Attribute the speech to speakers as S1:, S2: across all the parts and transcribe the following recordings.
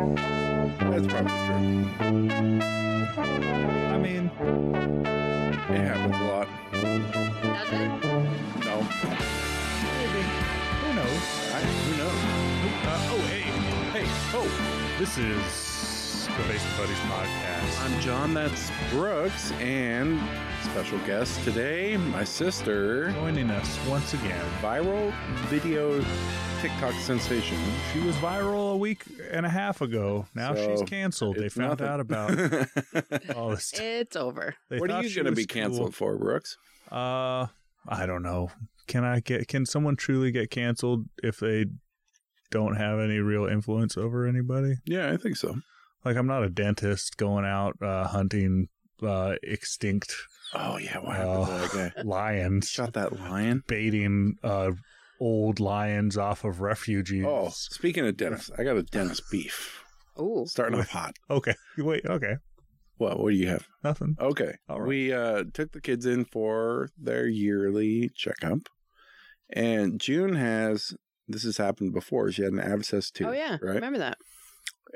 S1: That's probably true.
S2: I mean,
S1: It happens a lot.
S3: Does it?
S1: No.
S2: maybe. Who knows?
S1: I, who knows?
S2: Uh, oh, hey. Hey. Oh, this is the Basement Buddies podcast.
S1: I'm John, that's Brooks, and special guest today, my sister,
S2: Joining us once again.
S1: viral video TikTok sensation.
S2: She was viral a week and a half ago. Now
S1: So,
S2: she's canceled. They
S1: it's
S2: found
S1: nothing.
S2: out about all this. stuff.
S3: It's over.
S2: They
S1: what are
S2: thought
S1: you
S2: she
S1: going to
S2: was
S1: be
S2: cool.
S1: canceled for, Brooks?
S2: Uh, I don't know. Can I get? Can someone truly get canceled if they don't have any real influence over anybody?
S1: Yeah, I think so.
S2: Like, I'm not a dentist going out uh, hunting uh, extinct
S1: Oh, yeah. What happened to that guy?
S2: Oh. lions,
S1: Shot that lion.
S2: baiting uh, old lions off of refugees.
S1: Oh, speaking of dentists, I got a dentist beef.
S3: Ooh.
S1: Starting off hot.
S2: Okay. Wait. Okay.
S1: What? What do you have?
S2: Nothing.
S1: Okay.
S2: All right.
S1: We uh, took the kids in for their yearly checkup, and June has this has happened before. She had an abscess tooth.
S3: Oh yeah,
S1: right.
S3: remember that?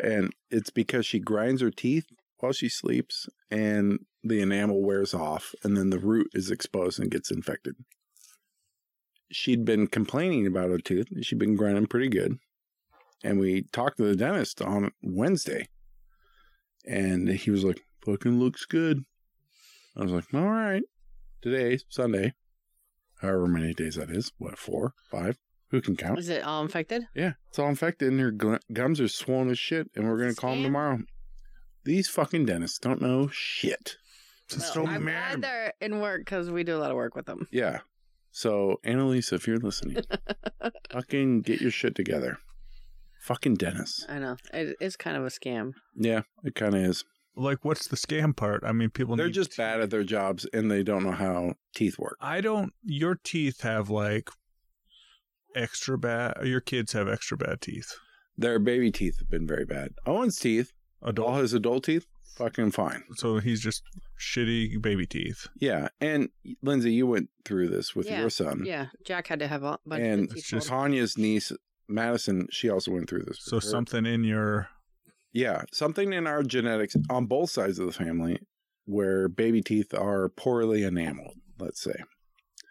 S1: And it's because she grinds her teeth while she sleeps, and the enamel wears off, and then the root is exposed and gets infected. She'd been complaining about her tooth. She'd been grinding pretty good, and we talked to the dentist on Wednesday, and he was like, "Fucking looks good." I was like, "All right." Today, Sunday, however many days that is, what four, five? Who can count?
S3: Is it all infected?
S1: Yeah, it's all infected, and her gl- gums are swollen as shit, and we're gonna call them
S3: Sam?
S1: tomorrow. These fucking dentists don't know shit.
S2: Just
S3: Well,
S2: so
S3: I'm
S2: mad.
S3: glad they're in work because we do a lot of work with them.
S1: Yeah. So, Annalise, if you're listening, fucking get your shit together. Fucking dentists.
S3: I know it is kind of a scam.
S1: Yeah, it kind of is.
S2: Like, what's the scam part? I mean, people.
S1: They're
S2: need
S1: just bad at their jobs, and they don't know how teeth work.
S2: I don't. Your teeth have like extra bad. Your kids have extra bad teeth.
S1: Their baby teeth have been very bad. Owen's teeth, all
S2: Adult.
S1: his adult teeth, fucking fine.
S2: So he's just shitty baby teeth.
S1: Yeah, and Lindsay, you went through this with
S3: Yeah,
S1: your son.
S3: Yeah, Jack had to have a bunch
S1: Mm. And
S3: of the
S2: it's
S3: teeth
S2: just-
S3: pulled.
S1: Tanya's niece, Madison, she also went through this.
S2: So
S1: with her.
S2: something in your
S1: Yeah, something in our genetics on both sides of the family where baby teeth are poorly enameled, let's say.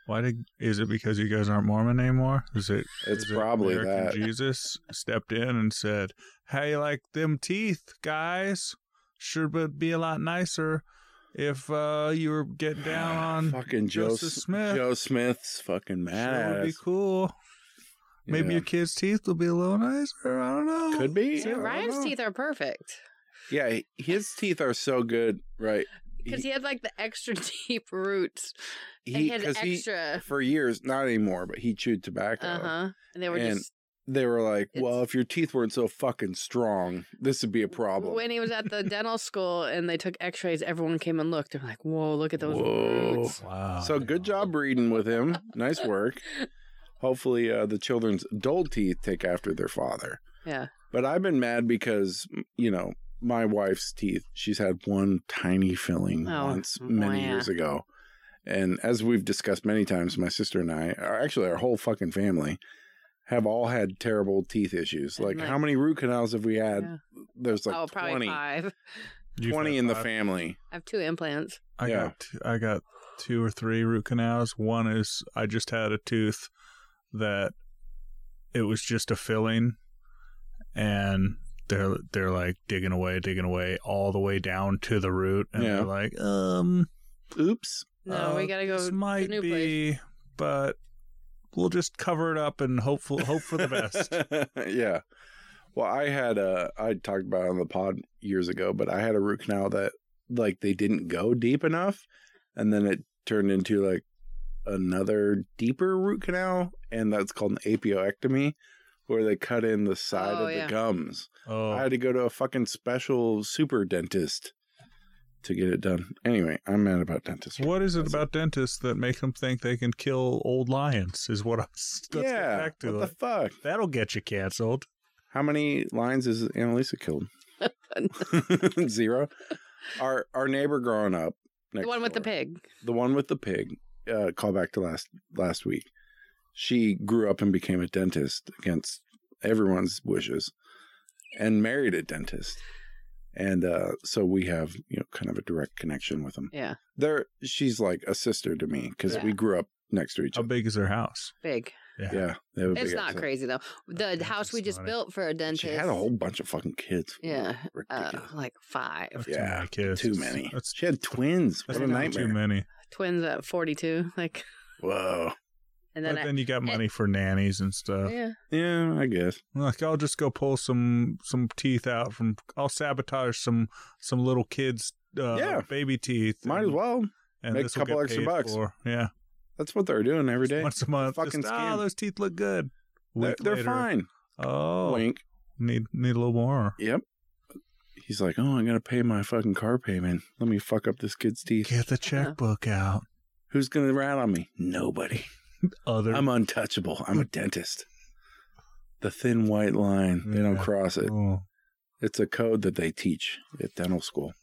S2: why did is it because you guys aren't Mormon anymore? Is it
S1: It's
S2: is it
S1: probably
S2: American
S1: that.
S2: Jesus stepped in and said, "How you like them teeth, guys? Sure, would be a lot nicer if uh, you were getting down on.
S1: fucking Joe,
S2: Joseph Smith.
S1: Joe Smith's fucking
S2: sure would
S1: mad.
S2: be cool. Maybe your kids' teeth will be a little nicer. I don't know.
S1: could be.
S2: See,
S1: I
S3: Dude,
S1: don't
S3: Ryan's
S1: know.
S3: teeth are perfect
S1: Yeah, his teeth are so good, right?
S3: because he had like the extra deep roots. and
S1: He
S3: he had
S1: because he
S3: extra.
S1: for years, not anymore, but he chewed tobacco.
S3: Uh huh. And they were
S1: And
S3: just
S1: They were like, "Well,
S3: It's-
S1: if your teeth weren't so fucking strong, this would be a problem."
S3: When he was at the dental school and they took x rays, everyone came and looked. They're like, whoa, look at those
S1: Whoa.
S3: roots.
S2: Wow.
S1: So good job reading with him. Nice work. Hopefully, uh, the children's dull teeth take after their father.
S3: Yeah.
S1: But I've been mad because you know my wife's teeth. She's had one tiny filling
S3: Oh,
S1: once many
S3: yeah.
S1: years ago, and as we've discussed many times, my sister and I, or actually our whole fucking family, have all had terrible teeth issues.
S3: And,
S1: Like,
S3: like-
S1: how many root canals have we had?
S3: Yeah.
S1: There's like
S3: oh, probably
S1: 20,
S3: five.
S2: You've
S1: 20
S2: had
S1: in the
S2: five.
S1: family.
S3: I have two implants.
S2: I
S1: Yeah.
S2: got t- I got two or three root canals. One is I just had a tooth that it was just a filling, and they're they're like digging away, digging away all the way down to the root, and
S1: Yeah.
S2: they're like, um,
S1: Oops.
S3: No,
S2: uh,
S3: we gotta go.
S2: This
S3: to
S2: might
S3: new place.
S2: be, but we'll just cover it up and hopeful hope for the best.
S1: yeah. Well, I had a I talked about it on the pod years ago, but I had a root canal that like they didn't go deep enough, and then it turned into like another deeper root canal, and that's called an apiectomy, where they cut in the side
S3: Oh,
S1: of
S3: yeah.
S1: the gums. I
S2: Oh,
S1: had to go to a fucking special super dentist to get it done. Anyway, I'm mad about dentists.
S2: what is it
S1: That's
S2: about dentists that make them think they can kill old lions? Is what I'm. Let's get
S1: yeah.
S2: back to
S1: what
S2: it.
S1: the fuck?
S2: That'll get you canceled.
S1: How many lions is Annalisa killed? Zero. Our our neighbor growing up,
S3: the
S1: next
S3: one with the
S1: door,
S3: pig.
S1: the one with the pig. Uh, call back to last last week. She grew up and became a dentist against everyone's wishes, and married a dentist. And uh, so we have, you know, kind of a direct connection with them.
S3: Yeah.
S1: They're, she's like a sister to me because
S3: Yeah.
S1: we grew up next to each
S2: How
S1: other.
S2: big is their house?
S3: Big.
S1: yeah. they have a
S3: It's
S1: big
S3: not
S1: house.
S3: crazy though. The
S2: That's
S3: house we
S2: just
S3: just
S2: funny.
S3: built for a dentist.
S1: She had a whole bunch of fucking kids.
S3: Yeah. Uh,
S1: Ridiculous. Uh,
S3: like five
S2: That's too
S1: Yeah,
S2: many kids.
S1: Too many.
S2: That's,
S1: she had twins.
S2: that's
S1: What a
S2: not too
S1: nightmare.
S2: many.
S3: twins at 42. Like,
S1: Whoa.
S3: and then,
S2: but
S3: I,
S2: then you got money for nannies and
S1: uh,
S2: stuff.
S3: yeah,
S1: Yeah, I guess.
S2: Like I'll just go pull some some teeth out from. I'll sabotage some some little kids. Uh,
S1: Yeah.
S2: baby teeth.
S1: Might as
S2: and-
S1: well.
S2: And
S1: Make a
S2: this will
S1: couple
S2: get
S1: extra
S2: paid
S1: bucks.
S2: For. Yeah,
S1: That's what they're doing every day.
S2: once a month.
S1: Fucking
S2: Just, "Ah,
S1: scam.
S2: those teeth look good.
S1: They're,
S2: Week
S1: they're
S2: later,
S1: fine.
S2: Oh,
S1: Wink.
S2: need need a little more.
S1: Yep. He's like, oh, I'm gonna pay my fucking car payment. Let me fuck up this kid's teeth.
S2: Get the
S3: Uh-huh.
S2: checkbook out.
S1: Who's gonna rat on me? Nobody.
S2: Other.
S1: I'm untouchable. I'm a dentist. The thin white line. They don't
S2: Yeah.
S1: cross it.
S2: oh.
S1: It's a code that they teach at dental school.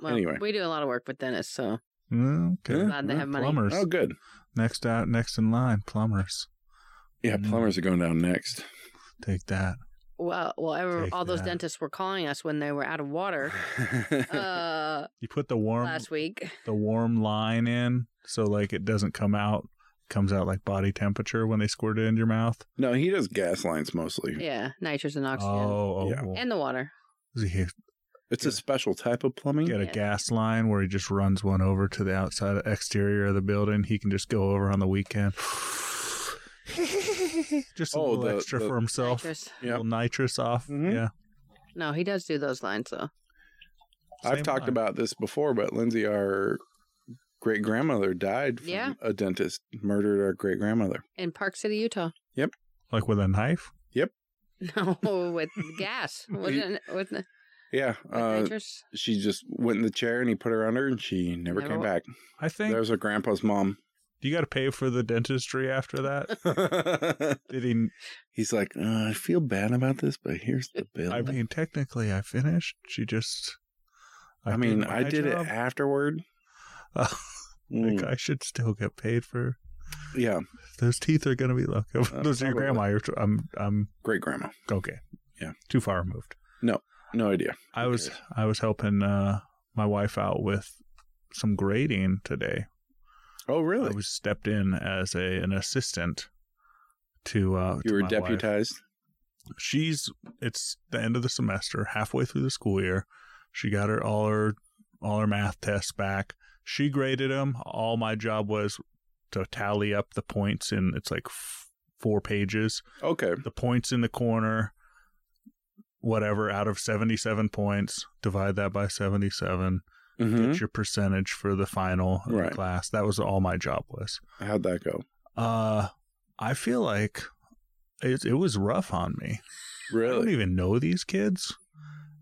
S3: well,
S1: Anyway.
S3: we do a lot of work with dentists, so
S2: Mm, Okay.
S1: Yeah,
S3: glad they
S1: yeah,
S3: have money.
S2: Plumbers.
S1: Oh, good.
S2: Next out. Next in line. Plumbers.
S1: Yeah,
S2: Mm.
S1: plumbers are going down next.
S2: Take that.
S3: Well, well, ever,
S2: Take
S3: all those
S2: that.
S3: dentists were calling us when they were out of water uh,
S2: You put the warm
S3: last week.
S2: the warm line in, so like it doesn't come out. Comes out like body temperature when they squirt it in your mouth.
S1: no, he does gas lines mostly.
S3: Yeah, nitrogen and oxygen
S2: Oh, oh,
S1: Yeah.
S2: cool.
S3: and the water.
S2: Does he
S1: It's a special type of plumbing.
S2: get a
S3: Yeah.
S2: gas line where he just runs one over to the outside exterior of the building. He can just go over on the weekend. just a
S1: Oh,
S2: little
S1: the-
S2: extra
S1: the-
S2: for himself.
S3: Nitrous.
S1: Yep.
S2: little nitrous off.
S1: Mhm.
S2: Yeah.
S3: No, he does do those lines though.
S1: I've
S2: Same
S1: talked
S2: line.
S1: about this before, but Lindsay, our great grandmother, died from
S3: Yeah.
S1: a dentist murdered our great grandmother.
S3: In Park City, Utah.
S2: like with a knife.
S3: No, with gas. With,
S1: You-
S3: with, with
S1: Yeah, uh,
S3: nitrous.
S1: she just went in the chair and he put her under, and she never,
S3: Never
S1: came
S3: wa-
S1: back.
S2: I think
S1: There's her grandpa's mom.
S2: you got to pay for the dentistry after that. Did he?
S1: He's like, uh, I feel bad about this, but here's the bill.
S2: I
S1: I mean,
S2: mean, technically, I finished. She just.
S1: I,
S2: my
S1: did
S2: job.
S1: it afterward.
S2: Like,
S1: Mm,
S2: I should still get paid for
S1: Yeah,
S2: those teeth. Are going to be look. those are
S1: Uh, probably.
S2: your grandma. You're, tr- I'm. I'm
S1: great grandma.
S2: okay.
S1: Yeah.
S2: too far removed.
S1: No idea.
S2: I was.
S1: cares?
S2: I was helping uh, my wife out with some grading today.
S1: Oh, really?
S2: I was stepped in as a an assistant to. Uh,
S1: you
S2: to
S1: were
S2: my wife.
S1: deputized.
S2: she's it's the end of the semester, halfway through the school year. She got her all her all her math tests back. She graded them. All my job was to tally up the points, and it's like f- four pages.
S1: Okay.
S2: The points in the corner, whatever, out of seventy-seven points, divide that by seventy-seven.
S1: Mhm.
S2: Get your percentage for the final of
S1: Right.
S2: the class. That was all my job was.
S1: How'd that go?
S2: Uh, I feel like it, it was rough on me. I don't
S1: Really?
S2: even know these kids.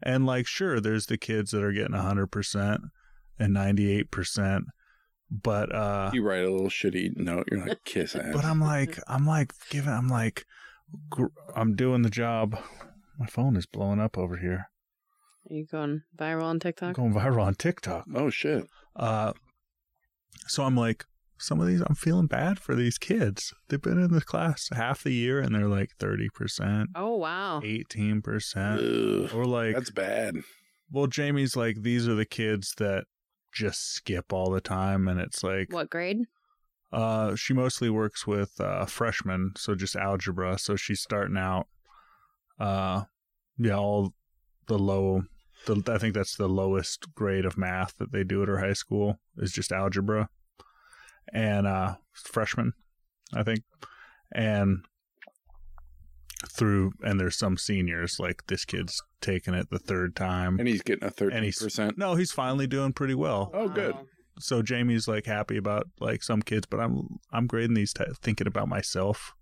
S2: And like, sure, there's the kids that are getting 100% and 98%, but, uh,
S1: You write a little shitty note. You're like, kiss ass.
S2: but I'm like, I'm like, giving, I'm like, gr- I'm doing the job. My phone is blowing up over here.
S3: Are you going viral on
S2: I'm
S3: TikTok?
S2: going viral on TikTok.
S1: oh shit.
S2: Uh, so I'm like, some of these, I'm feeling bad for these kids. They've been in the class half the year and they're like 30%,
S3: Oh wow.
S2: 18%.
S1: Ugh.
S2: Or like,
S1: That's bad.
S2: Well, Jamie's like, these are the kids that just skip all the time. And it's like,
S3: What grade?
S2: uh, she mostly works with uh, freshmen, so just algebra. So she's starting out, uh, yeah, all the low, the, I think that's the lowest grade of math that they do at her high school is just algebra, and uh, freshmen, I think, and through, and there's some seniors like this kid's taking it the third time.
S1: And he's getting a
S2: And
S1: thirteen
S2: he's-
S1: percent.
S2: No, he's finally doing pretty well.
S1: Oh, good.
S3: Wow.
S2: So Jamie's like happy about like some kids, but I'm I'm grading these t- thinking about myself.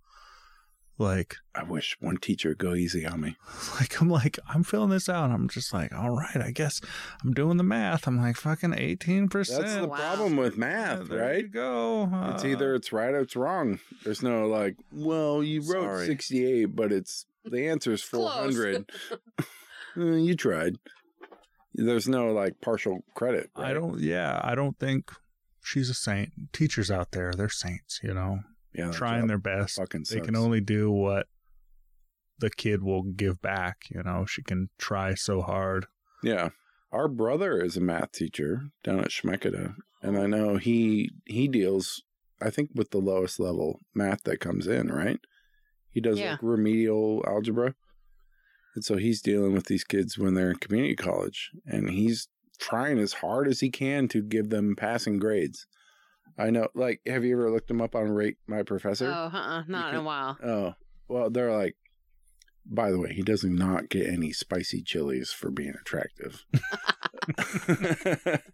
S2: Like
S1: I wish one teacher would go easy on me.
S2: like I'm like I'm filling this out. I'm just like, all right, I guess I'm doing the math. I'm like fucking eighteen percent.
S1: That's the
S3: Wow.
S1: problem with math, right?
S2: go.
S1: It's
S2: Uh,
S1: either it's right or it's wrong. There's no like, well, you wrote
S2: Sorry.
S1: 68, but it's the answer is
S3: Close.
S1: 400. Uh, you tried. There's no like partial credit.
S2: I
S1: right?
S2: don't. Yeah, I don't think she's a saint. Teachers out there, they're saints. You know,
S1: Yeah, that
S2: trying
S1: job
S2: their best.
S1: Fucking
S2: They
S1: sucks.
S2: can only do what the kid will give back. You know, she can try so hard.
S1: Yeah. Our brother is a math teacher down at Schmeckeda, and I know he he deals I think with the lowest level math that comes in, right? He does
S3: Yeah.
S1: like remedial algebra. And so he's dealing with these kids when they're in community college and he's trying as hard as he can to give them passing grades. I know like have you ever looked him up on Rate My Professor?
S3: Oh, uh-uh, not in a
S1: can-
S3: while.
S1: Oh, well, they're like, by the way, he does not get any spicy chilies for being attractive.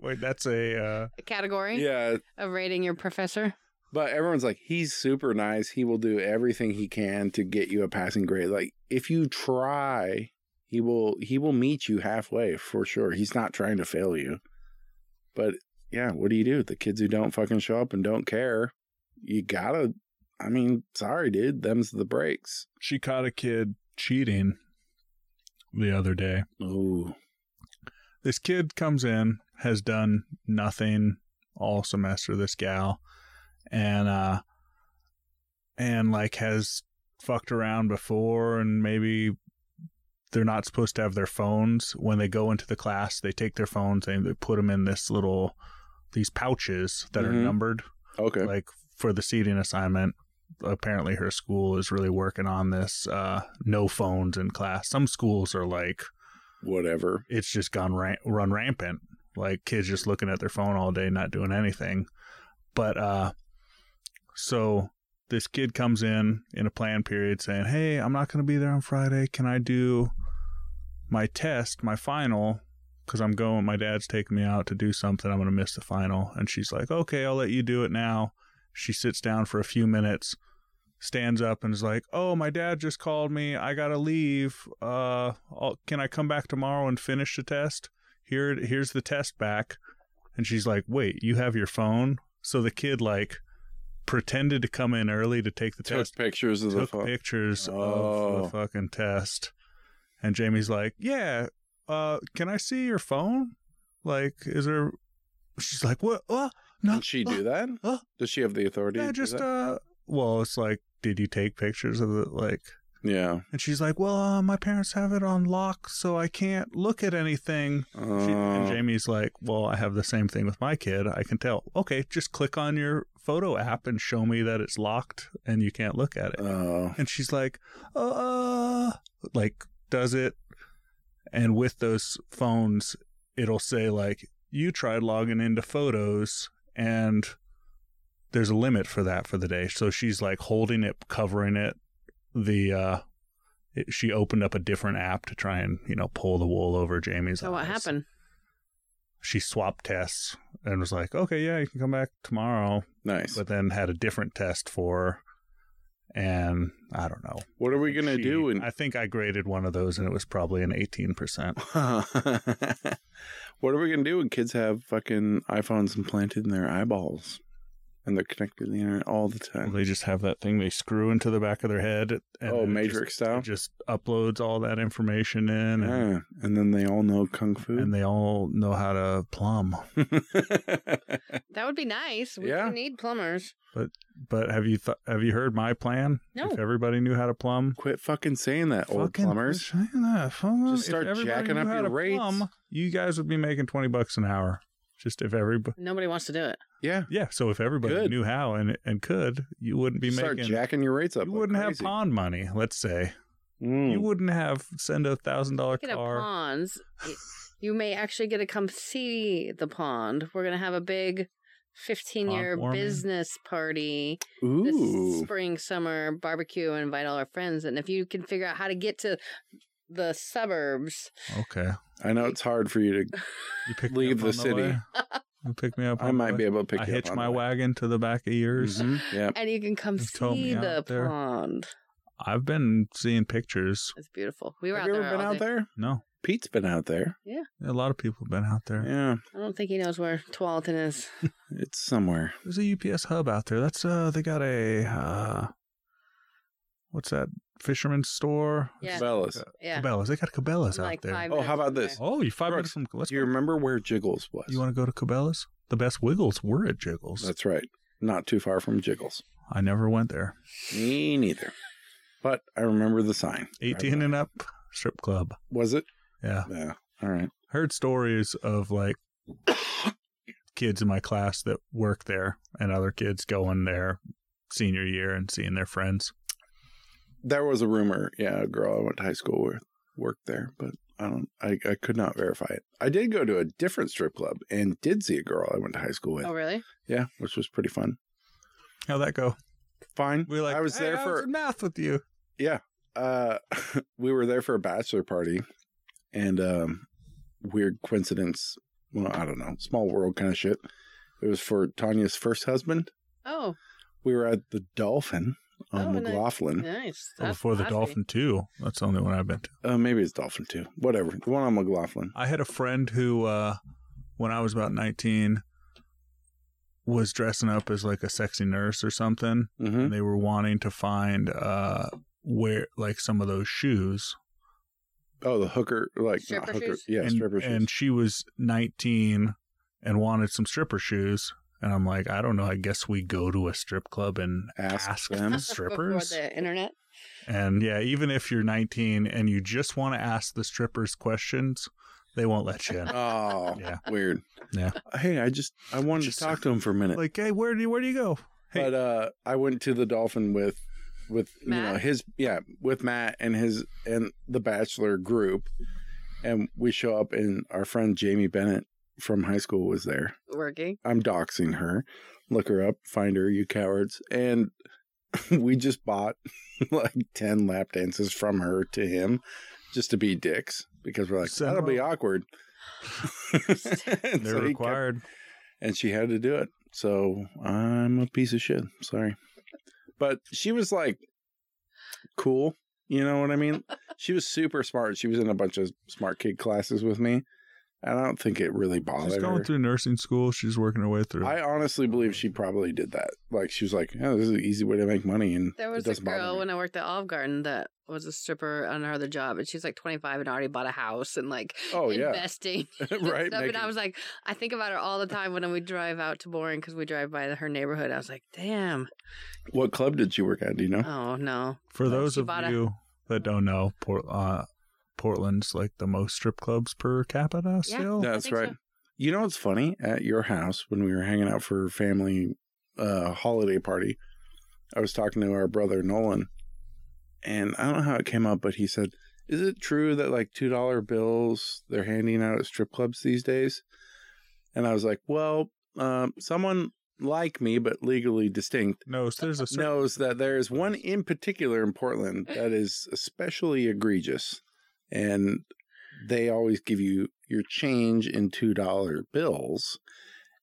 S2: Wait, that's a uh,
S3: A category
S1: yeah,
S3: of rating your professor.
S1: but everyone's like, he's super nice. He will do everything he can to get you a passing grade. Like, if you try, he will he will meet you halfway for sure. He's not trying to fail you. But yeah, what do you do? The kids who don't fucking show up and don't care, you gotta. I mean, sorry, dude. Them's the breaks.
S2: she caught a kid cheating the other day.
S1: Ooh.
S2: This kid comes in, has done nothing all semester, this gal, and uh and like has fucked around before and maybe they're not supposed to have their phones when they go into the class they take their phones and they put them in this little these pouches that are
S1: Mhm.
S2: numbered
S1: Okay.
S2: like for the seating assignment apparently her school is really working on this uh no phones in class some schools are like
S1: Whatever.
S2: it's just gone ran- run rampant like kids just looking at their phone all day not doing anything but uh so this kid comes in in a plan period saying hey i'm not going to be there on friday can i do my test my final because i'm going my dad's taking me out to do something i'm going to miss the final and she's like okay i'll let you do it now she sits down for a few minutes stands up and is like, "Oh, my dad just called me. I gotta leave. Uh, I'll, can I come back tomorrow and finish the test? Here, here's the test back." And she's like, "Wait, you have your phone?" So the kid like pretended to come in early to take the
S1: took
S2: test,
S1: pictures of the
S2: took
S1: phone.
S2: pictures of
S1: Oh.
S2: the fucking test, and Jamie's like, "Yeah, uh, can I see your phone? Like, is there?" She's like, "What? Uh, no,
S1: Did she do that?
S2: uh,
S1: Does she have the authority?
S2: yeah,
S1: to do
S2: just
S1: that?
S2: uh." Well, it's like, did you take pictures of the like?
S1: yeah.
S2: And she's like, "Well, uh, my parents have it on lock, so I can't look at anything." She, and
S1: Uh,
S2: Jamie's like, "Well, I have the same thing with my kid. I can tell. Okay, just click on your photo app and show me that it's locked and you can't look at it."
S1: oh,
S2: And she's like, "Uh, like does it?" And with those phones, it'll say like, "You tried logging into photos and." There's a limit for that for the day. So she's like holding it, covering it. The uh, it, she opened up a different app to try and you know pull the wool over Jamie's
S3: So what
S2: eyes
S3: happened?
S2: she swapped tests and was like, okay, yeah, you can come back tomorrow,
S1: nice.
S2: but then had a different test for her. And I don't know.
S1: what are we going to
S2: She-
S1: do?
S2: I think I graded one of those and it was probably an 18%.
S1: When, what are we going to do when kids have fucking iPhones implanted in their eyeballs and they're connected to the internet all the time?
S2: they just have that thing they screw into the back of their head. And
S1: oh,
S2: it
S1: Matrix
S2: Just,
S1: style?
S2: it just uploads all that information in and,
S1: yeah. And then they all know Kung Fu.
S2: and they all know how to plumb.
S3: That would be nice. We
S1: Yeah.
S3: do need plumbers.
S2: But have you th- have you heard my plan?
S3: No.
S2: If everybody knew how to plumb,
S1: Quit fucking saying that, old
S2: Fucking
S1: plumbers.
S2: quit saying that. Fucking-
S1: Just
S2: if
S1: start
S2: everybody
S1: jacking
S2: knew
S1: up
S2: how
S1: your
S2: to
S1: rates.
S2: you guys would be making twenty bucks an hour. Just if everybody,
S3: Nobody wants to do it.
S1: Yeah.
S2: yeah. So if everybody
S1: Good.
S2: knew how and and could, you wouldn't be
S1: Start
S2: making.
S1: jacking your rates up.
S2: you
S1: like
S2: wouldn't have
S1: crazy.
S2: pond money. Let's say
S1: Mm.
S2: you wouldn't have send a thousand dollar
S3: Get a
S2: car.
S3: ponds. You may actually get to come see the pond. We're gonna have a big fifteen year
S2: Pond warming?
S3: business party this
S1: Ooh.
S3: spring, summer barbecue, and invite all our friends. And if you can figure out how to get to the suburbs,
S2: Okay,
S1: I know it's hard for you to.
S2: you pick me
S1: Leave
S2: up
S1: the
S2: on
S1: city.
S2: way? You pick me up.
S1: I
S2: on the
S1: might
S2: way?
S1: be able to pick
S2: I
S1: you up
S2: hitch
S1: on
S2: my
S1: that.
S2: wagon to the back of yours.
S1: Mhm. Yeah.
S3: and you can come
S2: Just tow
S3: see
S2: me
S3: the
S2: out there.
S3: pond.
S1: Mm-hmm.
S2: I've been seeing pictures.
S3: It's beautiful. We were
S1: Have
S3: out
S1: you ever
S3: there.
S1: been
S3: all
S1: out
S3: day.
S1: there?
S2: No,
S1: Pete's been out there.
S2: a lot of people have been out there.
S1: Yeah,
S3: I don't think he knows where Tualatin is.
S1: it's somewhere.
S2: There's a UPS hub out there. That's uh, they got a uh, what's that fisherman's store?
S3: Yeah.
S1: Cabela's.
S3: Yeah.
S2: Cabela's. They got Cabela's
S3: I'm
S2: out
S3: like
S2: there.
S3: five
S1: Oh, how
S3: minutes
S1: about
S3: from
S1: this?
S2: Oh, you five
S1: Brooks,
S2: minutes from. Let's
S1: Do you
S2: go.
S1: remember where Jiggles was?
S2: You want to go to Cabela's? The best Wiggles were at Jiggles.
S1: That's right. Not too far from Jiggles.
S2: I never went there.
S1: Me neither. But I remember the sign.
S2: 18 and up strip club.
S1: Was it?
S2: Yeah.
S1: Yeah. All right.
S2: Heard stories of like kids in my class that work there and other kids going there senior year and seeing their friends.
S1: There was a rumor. Yeah, a girl I went to high school with worked there, but I don't. I, I could not verify it. I did go to a different strip club and did see a girl I went to high school with.
S3: Oh, really?
S1: Yeah, which was pretty fun.
S2: How'd that go?
S1: Fine.
S2: We were like,
S1: I was
S2: "Hey,
S1: there for
S2: in math with you.
S1: uh we were there for a bachelor party and um weird coincidence well i don't know small world kind of shit it was for tanya's first husband
S3: Oh,
S1: we were at the dolphin on
S3: Oh, nice.
S1: mclaughlin
S3: nice.
S2: Oh,
S3: That's
S2: before the
S3: classy.
S2: Dolphin too. That's the only one I've been to.
S1: uh maybe it's dolphin too whatever the one on mclaughlin
S2: I had a friend who, uh, when I was about 19, was dressing up as like a sexy nurse or something.
S1: mm-hmm.
S2: And they were wanting to find uh, where, like, some of those shoes.
S1: oh the hooker like
S3: Stripper
S1: not hooker
S3: shoes?
S1: yeah
S2: and,
S1: stripper shoes
S2: and she was 19 and wanted some stripper shoes. And I'm like, I don't know. I guess we go to a strip club and
S1: Ask
S2: ask,
S1: them.
S2: the
S1: Before
S3: Before
S2: strippers.
S3: the internet.
S2: And yeah, even if you're 19 and you just want to ask the strippers questions, they won't let you in.
S1: oh
S2: Yeah.
S1: weird
S2: Yeah.
S1: hey i just i wanted
S2: Just-
S1: to talk to him for a minute
S2: like, hey, where do you, where do you go? hey.
S1: but uh i went to the dolphin with with you know
S3: Matt?
S1: his yeah with matt and his and the bachelor group and we show up and our friend jamie bennett from high school was there
S3: Working.
S1: i'm doxing her look her up find her you cowards and we just bought like 10 lap dances from her to him just to be dicks because we're like
S2: So-
S1: that'll be awkward And so he
S2: They're
S1: kept-
S2: required.
S1: and she had to do it. So I'm a piece of shit. Sorry. But she was like cool. You know what I mean? she was super smart. She was in a bunch of smart kid classes with me. And I don't think it really
S2: She's
S1: bothered
S2: going
S1: her.
S2: through nursing school. She's working her way through.
S1: I honestly believe she probably did that. Like she was like, "Oh, this is an easy way to make money," and
S3: There was
S1: it
S3: a
S1: doesn't bother
S3: girl
S1: me.
S3: when I worked at Olive Garden that was a stripper on her other job, and she's like 25 and already bought a house and like
S1: Oh yeah,
S3: investing. and
S1: right.
S3: stuff. And
S1: Making-
S3: I was like, I think about her all the time when we drive out to Boring because we drive by her neighborhood. I was like, damn.
S1: what club did she work at? Do you know?
S3: Oh, no.
S2: For those
S3: she
S2: of
S3: bought a-
S2: you that don't know, Port, uh, Portland's like the most strip clubs per capita still.
S3: I
S1: That's
S3: think
S1: right.
S3: so.
S1: You know what's funny? At your house, when we were hanging out for family uh, holiday party, I was talking to our brother Nolan, and I don't know how it came up, but he said, "Is it true that like two dollar bills they're handing out at strip clubs these days?" And I was like, "Well, um, someone like me, but legally distinct."
S2: No, so there's a certain
S1: knows that there is one in particular in Portland that is especially egregious, and they always give you your change in two dollar bills,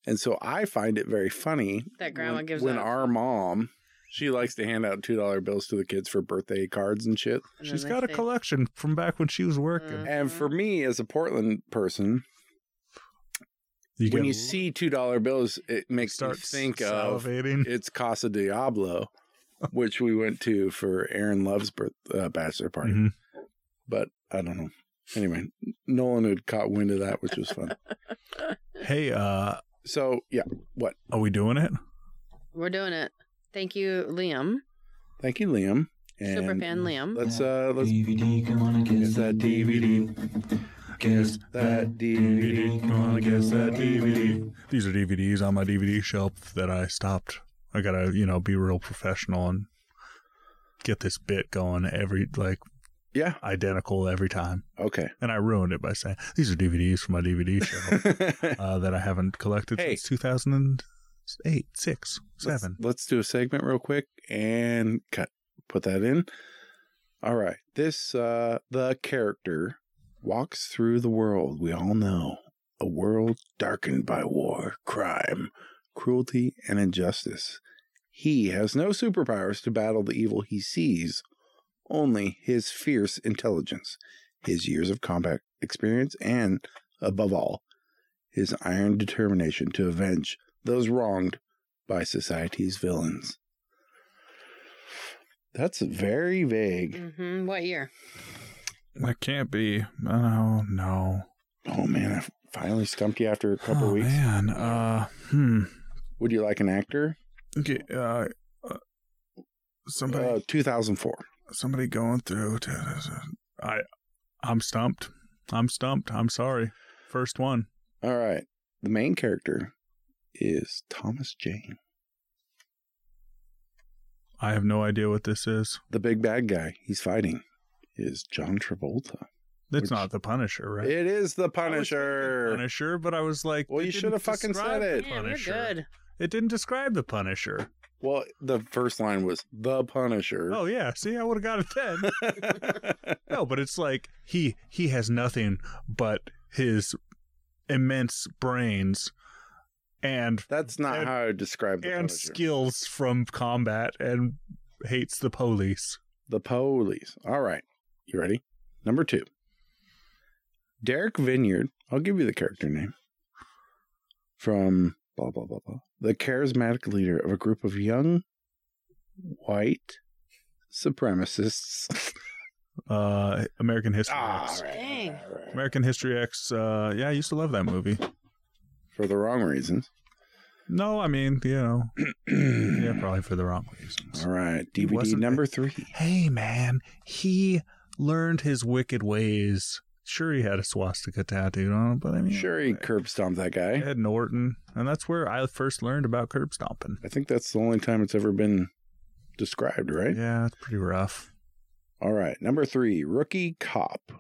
S1: and so I find it very funny
S3: That grandma
S1: when,
S3: gives
S1: when
S3: out.
S1: our mom. She likes to hand out two dollar bills to the kids for birthday cards and shit.
S3: And then
S2: She's
S3: they
S2: got a
S3: say-
S2: collection from back when she was working.
S3: Mm.
S1: And for me, as a Portland person,
S2: You
S1: when
S2: get-
S1: you see two dollar bills, it makes me
S2: start
S1: think of
S2: salivating.
S1: it's Casa Diablo, which we went to for Aaron Love's birth uh, bachelor party.
S2: Mhm.
S1: but I don't know. Anyway, Nolan had caught wind of that, which was fun.
S2: Hey, uh,
S1: so yeah,
S2: are we doing it?
S3: We're doing it. Thank you, Liam.
S1: thank you, Liam. And
S3: Super fan Liam.
S1: Let's uh, let's
S4: DVD, come on and
S1: get that DVD.
S4: Guess
S1: That DVD.
S4: Come on and guess that DVD.
S2: These are DVDs on my DVD shelf that I stopped. I gotta, you know, be real professional and get this bit going every like
S1: Yeah.
S2: identical every time.
S1: Okay.
S2: And I ruined it by saying these are DVDs from my DVD shelf uh, that I haven't collected
S1: Hey.
S2: since 2008, six,
S1: Let's,
S2: seven.
S1: let's do a segment real quick and cut. Put that in. All right. This uh, the character walks through the world we all know, a world darkened by war, crime, cruelty, and injustice. He has no superpowers to battle the evil he sees, only his fierce intelligence, his years of combat experience, and above all, his iron determination to avenge those wronged by society's villains. That's very vague.
S3: hmm What year?
S2: That can't be. Oh no.
S1: Oh man, I finally stumped you after a couple
S2: oh,
S1: weeks.
S2: Man, uh, hmm.
S1: Would you like an actor?
S2: Okay, uh, uh, somebody
S1: Uh, 2004.
S2: somebody going through. to- I, I'm stumped. I'm stumped. I'm sorry. First one.
S1: All right. The main character is Thomas Jane,
S2: I have no idea what this is.
S1: the big bad guy he's fighting. Is John Travolta?
S2: It's
S1: Which-
S2: not the Punisher, right?
S1: It is the
S2: I was
S1: Punisher.
S2: thinking Punisher, but I was like,
S1: Well,
S2: it
S1: you
S2: didn't
S1: shoulda fucking
S2: describe
S1: said
S2: the
S1: it.
S3: Man, you're
S2: Punisher.
S3: good.
S2: It didn't describe the Punisher.
S1: Well, the first line was the Punisher.
S2: Oh yeah, see, I would have got it then. no, but it's like he he has nothing but his immense brains and
S1: That's not
S2: And-
S1: how I would describe the
S2: and
S1: Punisher.
S2: skills from combat and hates the police.
S1: The police. All right. You ready? Number two. Derek Vineyard. I'll give you the character name. From blah, blah, blah, blah. The charismatic leader of a group of young white supremacists.
S2: Uh, American History
S1: Ah,
S2: X.
S1: all right,
S3: Dang.
S1: all right, all right.
S2: American History X. Uh, yeah, I used to love that movie.
S1: For the wrong reasons.
S2: No, I mean, you know, yeah, probably for the wrong reasons.
S1: All right.
S2: He
S1: DVD
S2: wasn't-
S1: number three.
S2: Hey, man, he learned his wicked ways. Sure, he had a swastika tattooed on him, but I mean,
S1: Sure, he curb stomped that guy.
S2: Ed Norton, and that's where I first learned about curb stomping.
S1: I think that's the only time it's ever been described, right?
S2: Yeah, it's pretty rough.
S1: All right. Number three. Rookie cop.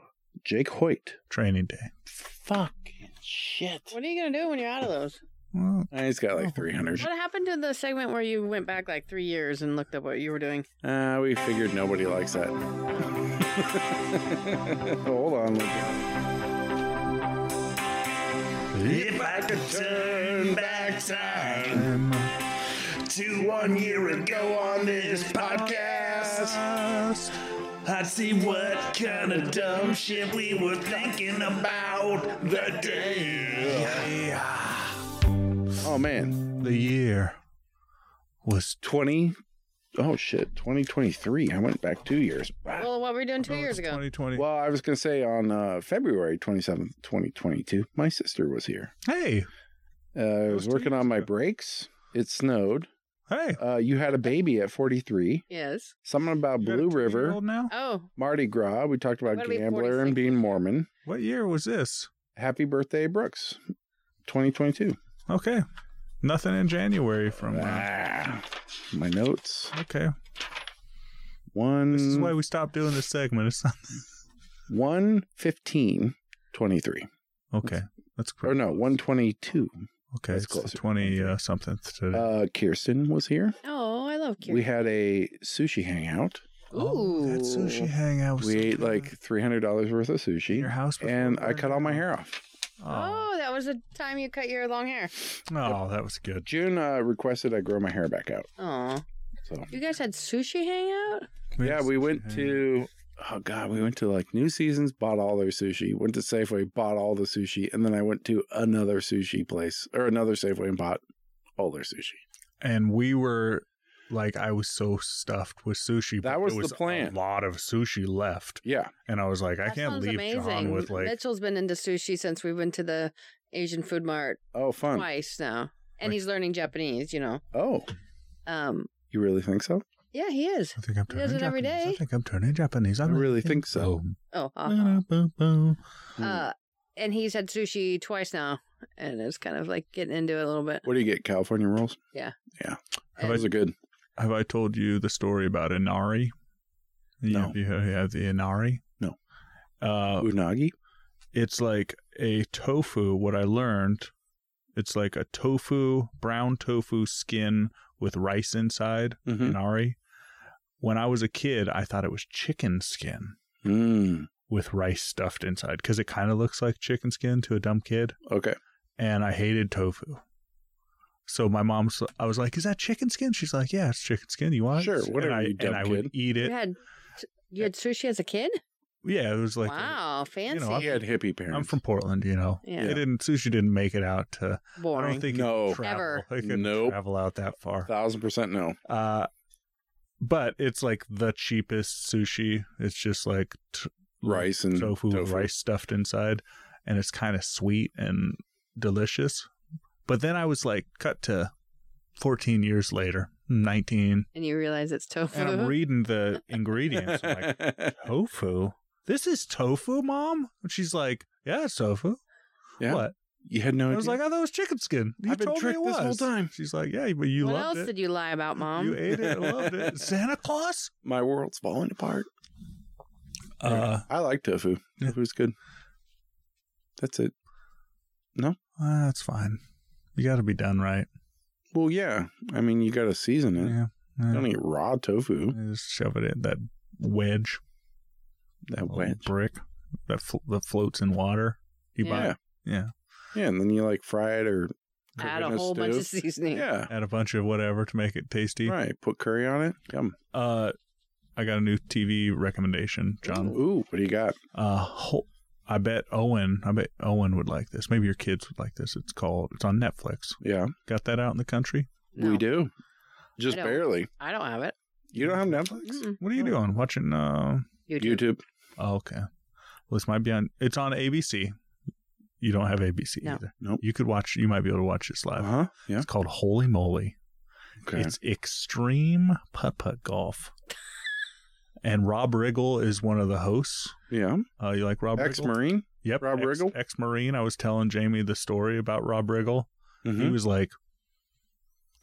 S1: Jake Hoyt.
S2: Training day.
S1: Fucking shit.
S3: What are you gonna do when you're out of those?
S2: Well,
S1: Uh, He's got
S2: Oh.
S1: like 300.
S3: What happened to the segment where you went back like three years and looked up what you were doing?
S1: Uh, we figured nobody likes that. Hold on.
S5: If I could turn back time to one year ago on this podcast, I'd see what kind of dumb shit we were thinking about the day.
S2: yeah.
S1: Oh, man.
S2: The year was
S1: 20. Oh, shit. 2023. I went back two years. Wow.
S3: Well, what were you doing two years ago?
S2: 2020.
S1: Well, I was going to say on uh, February 27th, 2022, my sister was here.
S2: Hey,
S1: Uh, I
S2: was
S1: was
S2: two
S1: working
S2: years
S1: on my
S2: ago.
S1: brakes. It snowed.
S2: hey.
S1: Uh, you had a baby at 43.
S3: Yes.
S1: Something about
S2: you got a
S1: Blue
S2: 20-year-old
S1: River,
S2: now.
S3: Oh,
S1: Mardi Gras. We talked about
S3: Gotta be
S1: Gambler
S3: 46.
S1: and being Mormon.
S2: What year was this?
S1: Happy birthday, Brooks. 2022.
S2: Okay. Nothing in January from. Uh,
S1: Ah, my notes.
S2: okay.
S1: One
S2: This is why we stopped doing this segment. It's not,
S1: one fifteen twenty three.
S2: okay. That's
S1: Or
S2: pretty
S1: no, one twenty two.
S2: Okay.
S1: that's
S2: It's the
S1: closer.
S2: 20 uh, something today.
S1: Uh Kirsten was here.
S3: oh, I love Kira.
S1: We had a sushi hangout.
S2: Oh, that sushi
S3: Ooh.
S2: hangout was
S1: We
S2: Oh, so
S1: ate
S2: good.
S1: like three hundred dollars worth of
S2: in
S1: sushi.
S2: your house. before
S1: And I
S2: burned
S1: cut all my
S2: down.
S1: hair off.
S2: Oh,
S3: Oh, that was the time you cut your long hair.
S2: oh, that was good.
S1: June uh, requested I grow my hair back out.
S3: Oh,
S1: So
S3: you guys had sushi hangout?
S1: yeah, we went
S2: Yeah.
S1: to oh god, we went to like New Seasons, bought all their sushi, went to Safeway, bought all the sushi, and then I went to another sushi place or another Safeway and bought all their sushi.
S2: and we were like, I was so stuffed with sushi.
S1: That
S2: but
S1: was
S2: there
S1: the
S2: was
S1: plan.
S2: A lot of sushi left,
S1: Yeah,
S2: and I was like, I
S3: That
S2: can't
S3: sounds
S2: leave John with like.
S3: Mitchell's been into sushi since we went to the Asian food mart
S1: oh fun.
S3: twice now, and
S2: Like-
S3: he's learning Japanese. You know,
S1: Oh,
S3: um,
S1: you really think so?
S3: yeah, he is.
S2: I think I'm
S3: He
S2: turning
S3: does it every
S2: Japanese. I
S3: day.
S2: think I'm turning Japanese. I
S1: I really think so.
S3: Oh, ha, ha.
S2: Ba-da-ba-ba.
S1: Mm.
S3: uh, and he's had sushi twice now, and it's kind of like getting into it a little bit.
S1: What do you get? California rolls.
S2: Have
S1: Those are good.
S2: Have I told you the story about Inari? You-
S1: No.
S2: You have, you have the Inari?
S1: No.
S2: Uh,
S1: Unagi.
S2: it's like a tofu. What I learned, it's like a tofu, brown tofu skin with rice inside,
S1: Mm-hmm.
S2: Inari. When I was a kid, I thought it was chicken skin
S1: Mm,
S2: with rice stuffed inside because it kind of looks like chicken skin to a dumb kid.
S1: okay.
S2: And I hated tofu. So my mom's, I was like, "Is that chicken skin?" She's like, "Yeah, it's chicken skin. You want?" it?"
S1: Sure, whatever,
S2: And I,
S1: you dumb
S2: and I
S1: kid.
S2: would eat
S3: You
S2: it.
S3: had you had sushi as a kid?
S2: Yeah, it was
S1: uh,
S2: like, a-
S3: wow, fancy.
S2: I'm-
S1: He had hippie parents.
S2: I'm from Portland, you know.
S3: yeah,
S2: It didn't sushi didn't make it out to I
S3: boring.
S2: don't think it
S1: No.
S2: could travel.
S3: Ever.
S2: It couldn't
S1: Nope.
S2: travel out that far.
S1: Thousand percent no.
S2: Uh, but it's like the cheapest sushi. It's just like t-
S1: Rice and
S2: tofu,
S1: tofu.
S2: with rice stuffed inside, and it's kind of sweet and delicious. But then I was like, cut to 14 years later, 19.
S3: and you realize it's tofu.
S2: And I'm reading the ingredients. I'm like, tofu? This is tofu, mom? And she's like, yeah, it's tofu.
S1: yeah.
S2: What?
S1: You had no
S2: I
S1: idea.
S2: was like, I thought it was chicken skin. You
S1: I've been
S2: told
S1: tricked
S2: me it
S1: this
S2: was.
S1: whole time.
S2: She's like, yeah, but you
S3: what
S2: loved
S3: else
S2: it.
S3: did you lie about, Mom?
S2: You ate it, loved it. Santa Claus?
S1: My world's falling apart.
S2: Uh,
S1: I like tofu.
S2: Yeah.
S1: Tofu's good. That's it.
S2: uh, that's fine. You got to be done right.
S1: Well, yeah. I mean, you got to season it.
S2: Yeah.
S1: You
S2: yeah.
S1: don't eat raw tofu.
S2: You Just shove it in that wedge,
S3: Oh,
S1: That
S2: little
S1: wedge.
S2: brick that fl- that floats in water. You buy
S1: Yeah.
S2: it. Yeah.
S1: Yeah, and then you like fry it or cook
S3: Add
S1: it
S3: a
S1: in
S3: whole
S1: stew.
S3: bunch of seasoning.
S1: Yeah,
S2: add a bunch of whatever to make it tasty.
S1: right. Put curry on it. Yum.
S2: Uh, I got a new TV recommendation, John.
S1: Ooh, what do you got?
S2: Uh, ho- I bet Owen. I bet Owen would like this. Maybe your kids would like this. It's called. It's on Netflix.
S1: Yeah,
S2: Got that out in the country.
S3: No,
S1: we do. Just
S3: I don't.
S1: barely.
S3: I don't have it.
S1: You don't have Netflix? Oh.
S3: Mm-mm.
S2: What are you doing? Watching? Uh,
S3: YouTube.
S1: YouTube.
S2: oh, okay. Well, this might be on. It's on ABC. You don't have ABC
S3: No.
S2: either.
S1: Nope.
S2: You could watch. You might be able to watch this
S1: Uh
S2: live.
S1: huh. Yeah.
S2: It's called Holy Moly.
S1: Okay.
S2: It's extreme putt putt golf. and Rob Riggle is one of the hosts.
S1: yeah.
S2: Uh, you like Rob
S1: Ex
S2: Riggle?
S1: Marine.
S2: Yep.
S1: Rob
S2: ex-
S1: Riggle?
S2: Ex-Marine. I was telling Jamie the story about Rob Riggle. He
S1: Mm-hmm.
S2: was like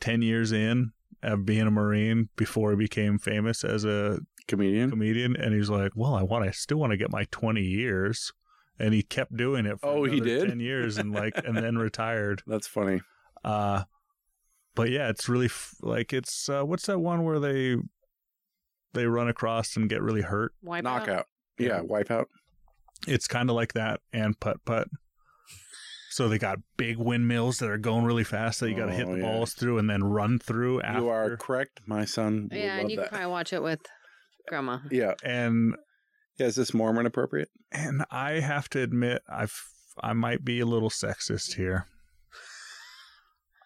S2: 10 years in of being a Marine before he became famous as a
S1: Comedian.
S2: comedian. And he was like, well, I want, I still want to get my 20 years. And he kept doing it for
S1: Oh, he
S2: another
S1: did?
S2: 10 years and like, and then retired.
S1: That's funny.
S2: Uh, but yeah, it's really f- like, it's, uh, what's that one where they, they run across and get really hurt?
S3: Wipe out.
S1: Knockout. Yeah. Wipeout.
S2: it's kind of like that and putt putt. So they got big windmills that are going really fast that you got to hit
S1: Oh,
S2: the
S1: yeah.
S2: balls through and then run through after.
S1: You are correct. My son would
S3: Yeah, and
S1: love
S3: you
S1: that.
S3: can probably watch it with Grandma.
S1: Yeah.
S2: and
S1: Yeah. Is this Mormon appropriate?
S2: and I have to admit I've I might be a little sexist here.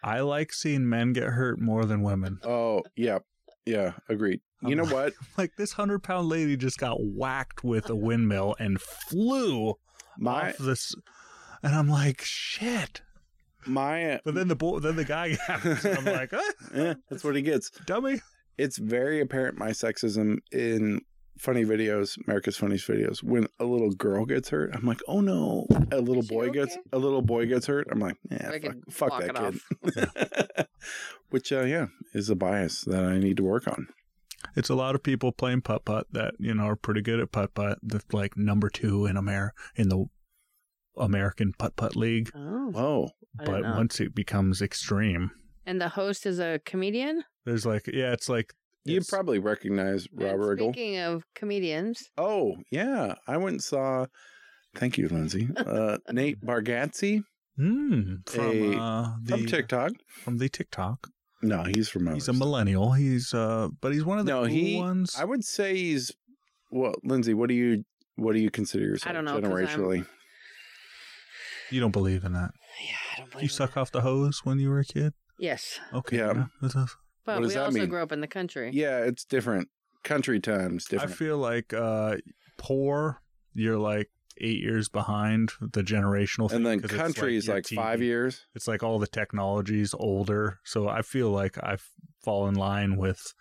S2: I like seeing men get hurt more than women.
S1: Oh, yeah. Yeah. Agreed. You know what?
S2: Like this hundred pound lady just got whacked with a windmill and flew
S1: My
S2: off this, and I'm like shit.
S1: my.
S2: But then the boy, then the guy happens. and I'm like, ah,
S1: Eh, that's what he gets.
S2: dummy.
S1: it's very apparent my sexism in funny videos, America's Funniest Videos. When a little girl gets hurt, I'm like, oh no. A little
S3: Is she
S1: boy gets
S3: okay?
S1: a little boy gets hurt. I'm like, yeah,
S3: I
S1: fuck,
S3: can
S1: fuck
S3: walk
S1: that
S3: it
S1: kid. Which uh, yeah is a bias that I need to work on.
S2: it's a lot of people playing putt putt that you know are pretty good at putt putt. That's like number two in Amer in the American putt putt league.
S3: Oh,
S1: Whoa,
S3: I
S2: But
S3: didn't know.
S2: once it becomes extreme,
S3: and the host is a comedian.
S2: there's like yeah, it's like
S1: you
S2: it's-
S1: probably recognize Rob
S3: And
S1: Riggle.
S3: Speaking of comedians,
S1: Oh yeah, I went and saw. Thank you, Lindsay. Uh, Nate Bargatze
S2: mm, from
S1: a-
S2: uh, the
S1: from TikTok.
S2: from the TikTok.
S1: No, he's from.
S2: He's
S1: ours.
S2: a millennial. He's uh, but he's one of the
S1: No,
S2: cool
S1: he-
S2: ones.
S1: I would say he's well, Lindsay. What do you what do you consider yourself
S3: I don't know, 'cause I'm-
S1: generationally?
S2: you don't believe in that.
S3: yeah, I don't believe
S2: You
S3: it.
S2: suck off the hose when you were a kid.
S3: Yes,
S2: Okay,
S1: Yeah.
S2: that's us.
S3: but
S1: What does
S3: we
S1: that
S3: also
S1: mean?
S3: grew up in the country.
S1: Yeah, it's different. Country times
S2: I
S1: different.
S2: feel like uh, poor, you're like eight years behind the generational thing.
S1: and then
S2: 'cause it's
S1: country is
S2: your
S1: like
S2: TV.
S1: five years.
S2: It's like all the technology's older. So I feel like I f- fall in line with.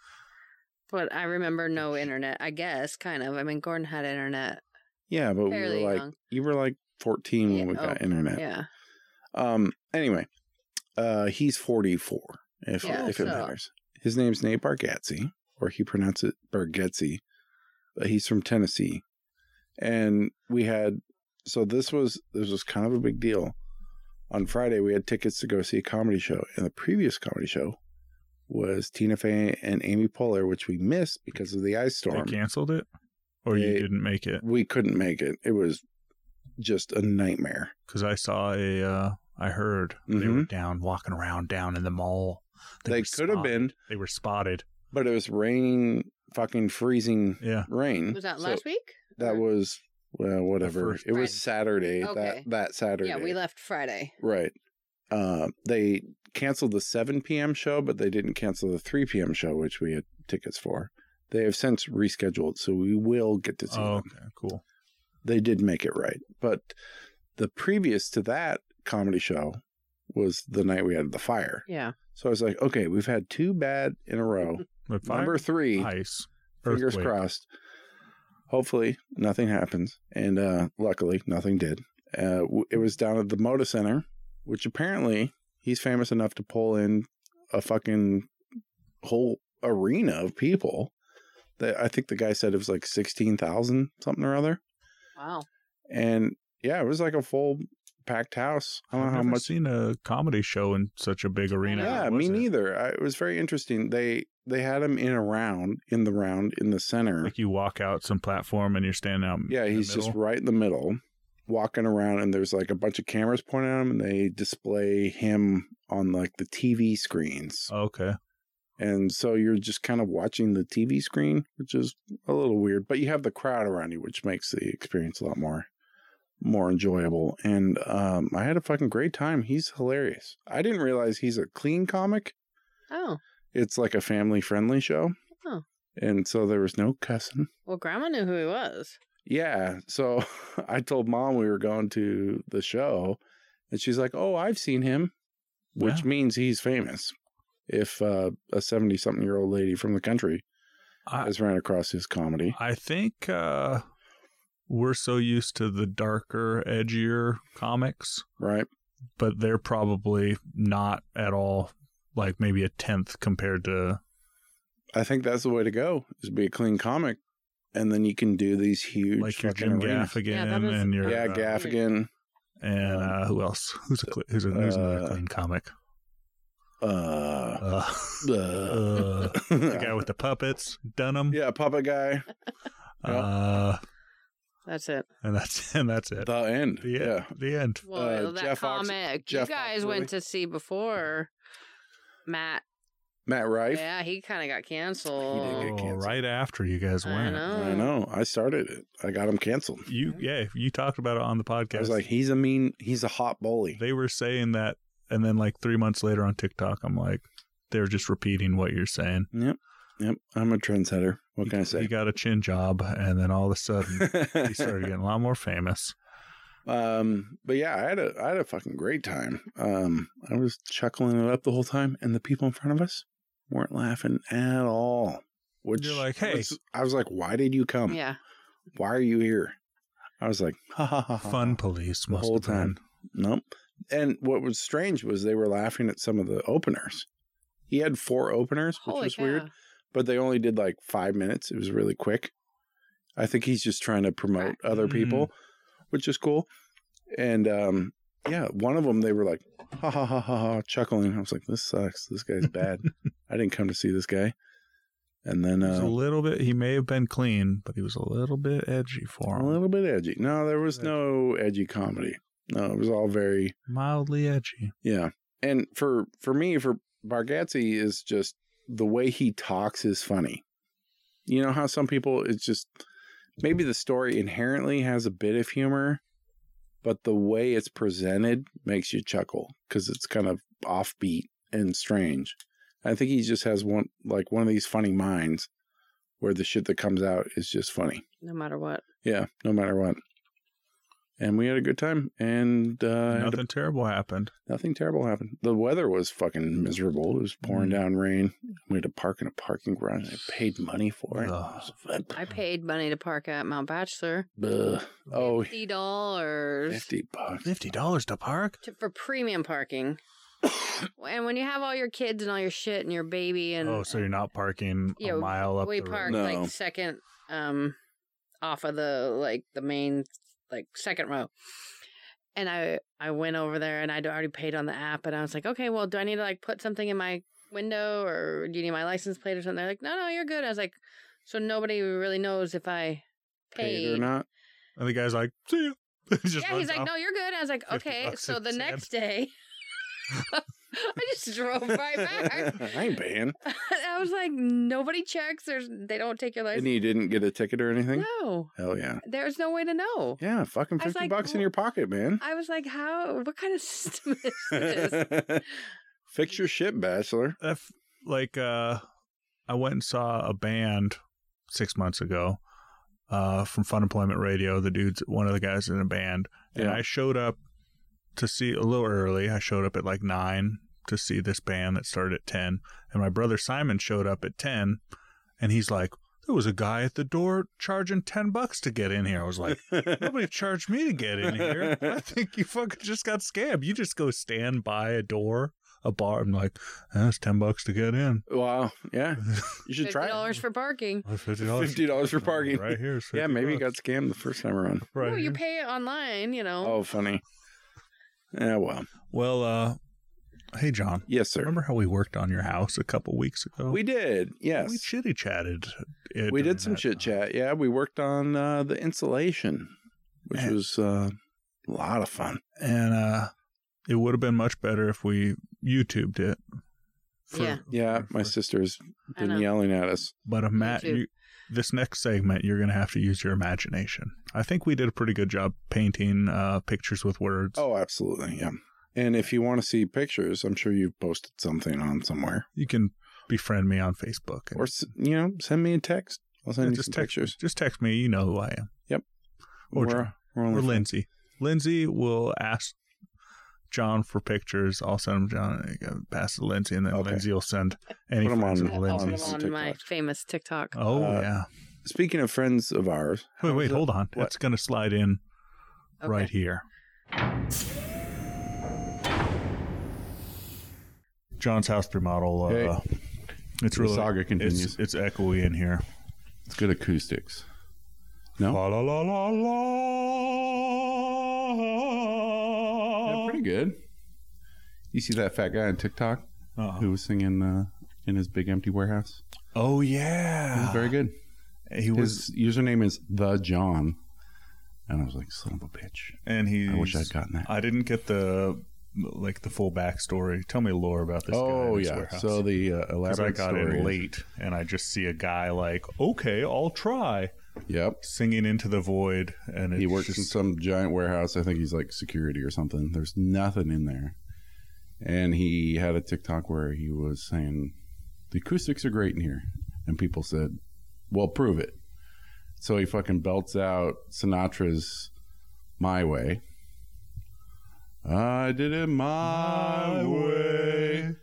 S3: But I remember no internet. I guess kind of. I mean, Gordon had internet.
S1: Yeah, but Oh,
S3: Fairly
S1: we were like
S3: young.
S1: you were like fourteen
S3: Yeah,
S1: when we got
S3: oh,
S1: internet.
S3: Yeah,
S1: Um. Anyway, uh, he's forty four. If
S3: Yeah,
S1: if it
S3: so-
S1: matters, his name's Nate Bargatze, or he pronounced it Bargatze, but he's from Tennessee, and we had so this was this was kind of a big deal. On Friday, we had tickets to go see a comedy show, and the previous comedy show was Tina Fey and Amy Poehler, which we missed because of the ice storm.
S2: They canceled it? Or you
S1: They-
S2: didn't make it?
S1: We couldn't make it. It was just a nightmare.
S2: Because I saw a. Uh, I heard they were down walking around down in the mall.
S1: Mm-hmm. They,
S2: were
S1: could have
S2: spotted.
S1: been,
S2: They were spotted.
S1: but it was raining, fucking freezing
S2: Yeah.
S1: rain.
S3: was that
S1: mm-hmm, So
S3: last week?
S1: That
S3: Or-
S1: was well, whatever.
S2: first
S1: It was
S3: Friday.
S1: Saturday.
S3: Okay.
S1: That that Saturday.
S3: Yeah, we left Friday.
S1: right. Uh, they canceled the 7 p.m. show, but they didn't cancel the 3 p.m. show, which we had tickets for. They have since rescheduled, so we will get to see
S2: Oh,
S1: them.
S2: okay, cool.
S1: They did make it right, but the previous to that comedy show was the night we had the fire.
S3: Yeah.
S1: So I was like, okay, we've had two bad in a row.
S2: But fire,
S1: Number three,
S2: ice,
S1: fingers
S2: earthquake.
S1: crossed. Hopefully, nothing happens. And uh, luckily, nothing did. Uh, w- it was down at the Moda Center, which apparently he's famous enough to pull in a fucking whole arena of people. That I think the guy said it was like 16,000 something or other.
S3: Wow.
S1: And yeah, it was like a full packed house. I don't know
S2: I've
S1: how
S2: never
S1: much
S2: seen a comedy show in such a big arena.
S1: Yeah,
S2: How
S1: me
S2: was it?
S1: neither. I, it was very interesting. They they had him in a round, in the round, in the center.
S2: Like you walk out some platform and you're standing out.
S1: yeah,
S2: in the
S1: he's just
S2: middle.
S1: right in the middle, walking around, and there's like a bunch of cameras pointing at him, and they display him on like the TV screens,
S2: okay.
S1: and so you're just kind of watching the TV screen, which is a little weird. But you have the crowd around you, which makes the experience a lot more more enjoyable. And um, I had a fucking great time. He's hilarious. I didn't realize he's a clean comic.
S3: Oh.
S1: it's like a family friendly show.
S3: Oh.
S1: And so there was no cussing.
S3: Well, Grandma knew who he was.
S1: Yeah. So I told mom we were going to the show and she's like, Oh, I've seen him, which
S2: Yeah.
S1: means he's famous. If uh, a 70 something year old lady from the country
S2: I,
S1: has ran across his comedy.
S2: I think uh, we're so used to the darker, edgier comics,
S1: Right.
S2: but they're probably not at all like maybe a tenth compared to.
S1: I think that's the way to go is be a clean comic. And then you can do these huge
S2: like your
S1: fucking
S2: Jim
S1: arenas.
S2: Gaffigan
S3: Yeah, that is-
S2: and your
S1: Yeah,
S2: uh,
S1: Gaffigan.
S2: and uh, who else? Who's a cl- who's, a, who's another
S1: Uh,
S2: clean comic?
S1: Uh,
S2: Uh,
S1: uh,
S2: uh, the guy with the puppets, Dunham.
S1: yeah, puppet guy.
S2: Uh,
S3: That's it.
S2: and that's and that's it.
S1: The end.
S2: The end.
S1: yeah.
S2: The end.
S3: Well,
S1: Uh,
S3: that
S1: Jeff Ox-
S3: comic
S1: Jeff
S3: you guys
S1: Oxworthy.
S3: went to see before Matt.
S1: Matt Rife.
S3: Yeah, he kind of got canceled.
S1: did get
S2: Oh,
S1: canceled.
S2: right after you guys
S3: I
S2: went.
S3: know. Mm-hmm.
S1: I know. I started it. I got him canceled.
S2: You yeah, you talked about it on the podcast.
S1: I was like, he's a mean, he's a hot bully.
S2: they were saying that, and then like three months later on TikTok, I'm like, they're just repeating what you're saying.
S1: Yep. Yep. I'm a trendsetter. What can I
S2: He
S1: say?
S2: got a chin job, and then all of a sudden he started getting a lot more famous.
S1: um, but yeah, I had a I had a fucking great time. Um, I was chuckling it up the whole time, and the people in front of us weren't laughing at all. Which
S2: You're like, hey.
S1: was- I was like, why did you come?
S3: Yeah.
S1: Why are you here? I was like, ha ha ha. ha,
S2: Fun
S1: ha.
S2: police
S1: Uh-huh. the
S2: must
S1: whole
S2: have been.
S1: time. Nope. And what was strange was they were laughing at some of the openers. He had four openers, which
S3: Holy
S1: was
S3: cow.
S1: weird, but they only did like five minutes. It was really quick. I think he's just trying to promote other
S2: Mm.
S1: people, which is cool. And um, yeah, one of them, they were like, ha ha ha ha ha, chuckling. I was like, this sucks. This guy's bad. I didn't come to see this guy. And then
S2: He was a
S1: uh,
S2: little bit. He may have been clean, but he was a little bit edgy for
S1: a
S2: him.
S1: little bit edgy. No, there was no edgy comedy. No, it was all very
S2: Mildly edgy.
S1: Yeah. And for for me, for Bargatze is just the way he talks is funny. You know how some people it's just maybe the story inherently has a bit of humor, but the way it's presented makes you chuckle because it's kind of offbeat and strange. I think he just has one like one of these funny minds where the shit that comes out is just funny.
S3: No matter what.
S1: Yeah, no matter what. And we had a good time and uh had a
S2: Nothing terrible happened.
S1: Nothing terrible happened. The weather was fucking miserable. It was pouring
S2: Mm.
S1: down rain. We had to park in a parking garage. I paid money for it.
S2: Ugh.
S3: I paid money to park at Mount Bachelor.
S1: Ugh. Oh,
S3: Fifty dollars
S1: 50 bucks.
S2: Fifty dollars to park.
S3: for premium parking. and when you have all your kids and all your shit and your baby and
S2: oh, so you're not parking
S3: Yeah,
S2: a mile up
S3: we
S2: the
S3: parked
S2: road.
S1: No.
S3: like second um off of the like the main like second row and i i went over there and i'd already paid on the app and i was like okay well do i need to like put something in my window or do you need my license plate or something they're like no no you're good i was like so nobody really knows if i paid,
S1: Paid or not?
S2: And the guy's like, "See you."
S3: yeah he's like no you're good i was like
S2: 50
S3: okay
S2: uh, bucks
S3: so
S2: in
S3: the
S2: sand.
S3: next day i just drove right back
S1: I ain't paying.
S3: i was like nobody checks there's they don't take your
S1: And
S3: license
S1: you didn't get a ticket or anything?
S3: no
S1: Hell yeah.
S3: There's no way to know.
S1: Yeah, fucking
S3: I was
S1: 50
S3: like,
S1: bucks in
S3: "Wh-
S1: your pocket, man.
S3: I was like, how, what kind of system is this?
S1: Fix your shit, bachelor.
S2: if like uh I went and saw a band six months ago uh from Fun Employment Radio. The dude's one of the guys in a band, and
S1: Yeah.
S2: I showed up to see a little early. I showed up at like nine to see this band that started at ten, and my brother Simon showed up at ten, and he's like, "There was a guy at the door charging ten bucks to get in here." I was like, "Nobody charged me to get in here. I think you fucking just got scammed. You just go stand by a door." A bar, I'm like, that's ten bucks to get in.
S6: wow. Yeah. You should
S3: Fifty
S6: try it.
S3: dollars for parking.
S2: Fifty
S6: Fifty dollars for parking.
S2: right here. is
S6: Yeah,
S2: 50
S6: maybe you
S2: bucks.
S6: got scammed the first time around.
S2: right.
S3: Well, you
S2: here.
S3: pay it online, you know.
S6: Oh, funny. Yeah, well.
S2: Well, uh, hey John,
S6: Yes, sir.
S2: Remember how we worked on your house a couple weeks ago?
S6: We did. Yes.
S2: we chitty chatted.
S6: we did some chit chat. Yeah, we worked on uh, the insulation, which
S2: Yeah.
S6: was uh, a lot of fun.
S2: and uh, it would have been much better if we YouTubed it.
S3: Yeah.
S6: Yeah,
S2: for-
S6: my sister's
S3: I
S6: been
S3: know.
S6: yelling at us.
S2: But a Matt,
S3: YouTube.
S2: you, this next segment, you're going to have to use your imagination. I think we did a pretty good job painting uh, pictures with words.
S6: Oh, absolutely. Yeah. And if you want to see pictures, I'm sure you've posted something on somewhere,
S2: You can befriend me on Facebook and
S6: or s- you know, send me a text. I'll send
S2: Yeah,
S6: you
S2: just
S6: some
S2: text
S6: pictures.
S2: just text me. You know who I am. Or John.
S6: we're
S2: Or
S6: only friends.
S2: Lindsay. Lindsay will ask John for pictures. I'll send him John uh, pass to Lindsay, and then
S6: Okay.
S2: Lindsay will send any
S6: Put 'em
S2: friends
S6: on-
S2: of
S3: I'll put
S6: Lindsay's
S3: them
S2: Lindsay's.
S3: on my
S6: TikTok.
S3: famous TikTok.
S2: Oh
S6: Uh,
S2: yeah.
S6: Speaking of friends of ours,
S2: Wait, wait, hold on.
S6: what?
S2: It's gonna slide in
S3: Okay.
S2: right here. John's house remodel. Uh,
S1: Hey.
S2: It's
S1: The
S2: really
S1: saga continues.
S2: It's, it's echoey in here.
S1: It's good acoustics. No?
S2: La, la, la, la,
S1: Yeah,
S2: la.
S1: pretty good. You see that fat guy on TikTok
S2: Uh-huh.
S1: who was singing uh, in his big empty warehouse?
S2: Oh
S1: It was
S2: yeah,
S1: very good.
S2: he was,
S1: His username is the John, and I was like, son of a bitch.
S2: and he.
S1: I wish I'd gotten that.
S2: I didn't get the like the full backstory. Tell me lore about this. guy
S1: oh
S2: in this
S1: yeah.
S2: warehouse.
S1: So the uh,
S2: 'Cause I
S1: elaborate
S2: got
S1: story.
S2: in
S1: is-
S2: late, and I just see a guy like, okay, I'll try
S1: Yep.
S2: singing into the void, and it's
S1: He works in
S2: just,
S1: some giant warehouse. I think he's like security or something. There's nothing in there. And he had a TikTok where he was saying, The acoustics are great in here. And people said, Well, prove it. So he fucking belts out Sinatra's My Way. I did it my, way.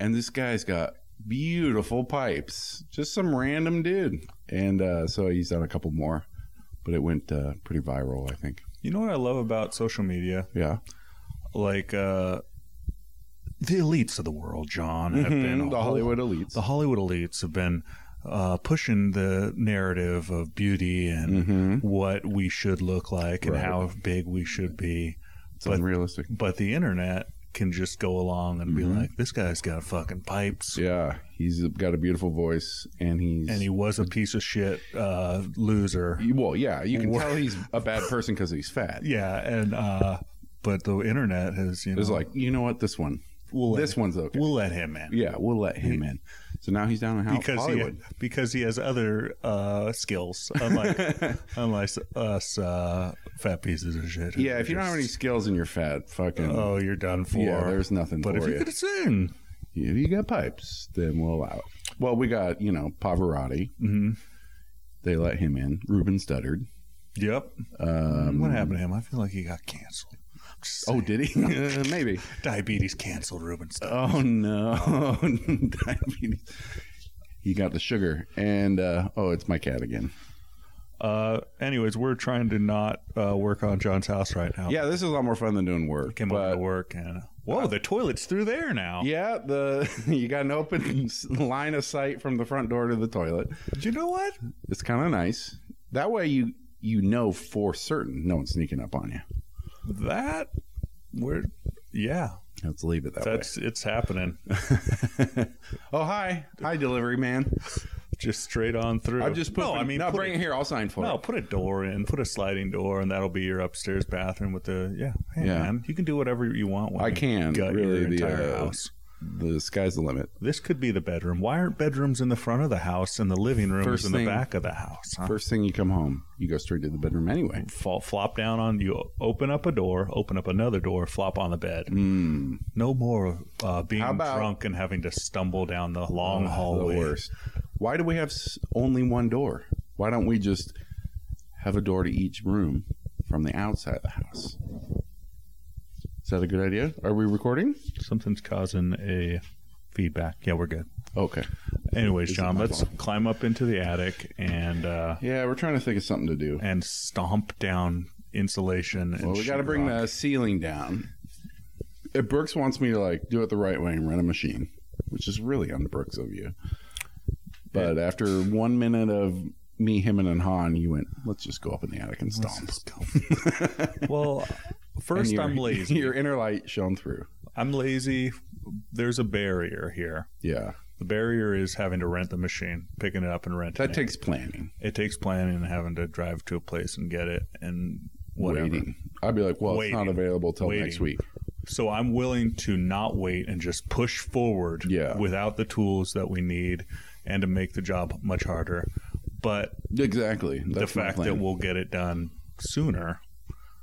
S1: And this guy's got beautiful pipes. Just some random dude. And uh, so he's done a couple more, but it went uh, pretty viral, I think.
S2: You know what I love about social media?
S1: Yeah.
S2: Like uh, the elites of the world, John, have been
S1: Mm-hmm, the
S2: all-
S1: Hollywood elites.
S2: The Hollywood elites have been uh, pushing the narrative of beauty and
S1: mm-hmm.
S2: what we should look like and
S1: Right.
S2: how big we should be.
S1: It's
S2: But-
S1: unrealistic.
S2: but the internet can just go along and be
S1: Mhm.
S2: like, this guy's got fucking pipes.
S1: Yeah, he's got a beautiful voice, and he's
S2: And he was a piece of shit uh, loser.
S1: well, yeah, you can
S2: Wha-
S1: tell he's a bad person because he's fat.
S2: Yeah. And, uh, but the internet has, you know,
S1: It's like you know what, this one,
S2: we'll let,
S1: this one's okay.
S2: we'll let him in.
S1: yeah, we'll let him in. So now he's down in Ho-
S2: Because he,
S1: Hollywood.
S2: because he has other uh, skills, unlike, unlike us uh, fat pieces of shit. who
S1: yeah, if you don't have any
S2: just,
S1: skills and you're fat, fucking
S2: oh, you're done for.
S1: yeah, there's nothing
S2: but
S1: for
S2: if you
S1: you.
S2: could sing,
S1: If you got pipes, then we'll allow. It. Well, we got you know Pavarotti.
S2: Mhm.
S1: They let him in. Ruben Studdard.
S2: yep.
S1: Um,
S2: what happened to him? I feel like he got canceled. Just
S1: Oh, did he? Uh, maybe.
S2: Diabetes canceled Ruben stuff.
S1: Oh no, diabetes. He got the sugar, and uh, oh, it's my cat again.
S2: Uh, anyways, we're trying to not uh, work on John's house right now.
S1: Yeah, this is a lot more fun than doing work.
S2: Oh. came
S1: but- uh,
S2: over to work and whoa, the toilet's through there now.
S1: Yeah, the you got an open s- line of sight from the front door to the toilet.
S2: You know what?
S1: It's kind of nice. That way, you you know for certain no one's sneaking up on you.
S2: That we're yeah,
S1: Let's leave it that
S2: that's it's happening.
S1: way. oh hi, hi delivery man.
S2: Just straight on through.
S1: I'm just putting.
S2: no. I mean,
S1: no,
S2: put
S1: bring
S2: a,
S1: it here. I'll sign for
S2: No,
S1: it.
S2: put a door in, put a sliding door, and that'll be your upstairs bathroom with the yeah. Hey,
S1: Yeah.
S2: man, you can do whatever you want. When
S1: I
S2: you
S1: can,
S2: gut
S1: really,
S2: your
S1: the,
S2: entire
S1: uh,
S2: house.
S1: The sky's the limit.
S2: This could be the bedroom. Why aren't bedrooms in the front of the house and the living room
S1: First
S2: is in
S1: thing-
S2: the back of the house? huh?
S1: First thing you come home, you go straight to the bedroom anyway.
S2: fall, flop down on you open up a door open up another door flop on the bed
S1: Mm.
S2: no more uh, being
S1: How about-
S2: drunk and having to stumble down the long
S1: Ugh,
S2: hallway
S1: Ah, The worst. Why do we have s- only one door? Why don't we just have a door to each room from the outside of the house? Is that a good idea? Are we recording?
S2: Something's causing a feedback. Yeah, we're good.
S1: Okay.
S2: Anyways,
S1: This is
S2: John,
S1: my
S2: let's
S1: fault.
S2: climb up into the attic and uh
S1: Yeah, we're trying to think of something to do.
S2: and stomp down insulation. And
S1: Well, we got to
S2: sheetrock.
S1: bring the ceiling down. If Brooks wants me to like do it the right way and run a machine, which is really on Brooks of you. But after one minute of me, him, and Han, you went, let's just go up in the attic and stomp.
S2: Well,
S1: And
S2: first
S1: your-
S2: I'm lazy.
S1: Your inner light shone through.
S2: I'm lazy. There's a barrier here.
S1: Yeah.
S2: The barrier is having to rent the machine, picking it up and renting
S1: That
S2: it.
S1: takes planning,
S2: it takes planning and having to drive to a place and get it and whatever.
S1: waiting. I'd be like, well, it's not
S2: Waiting.
S1: available till
S2: Waiting.
S1: next week.
S2: So I'm willing to not wait and just push forward
S1: Yeah.
S2: without the tools that we need and to make the job much harder. But
S1: Exactly. That's
S2: the
S1: my
S2: fact
S1: plan.
S2: that we'll get it done sooner.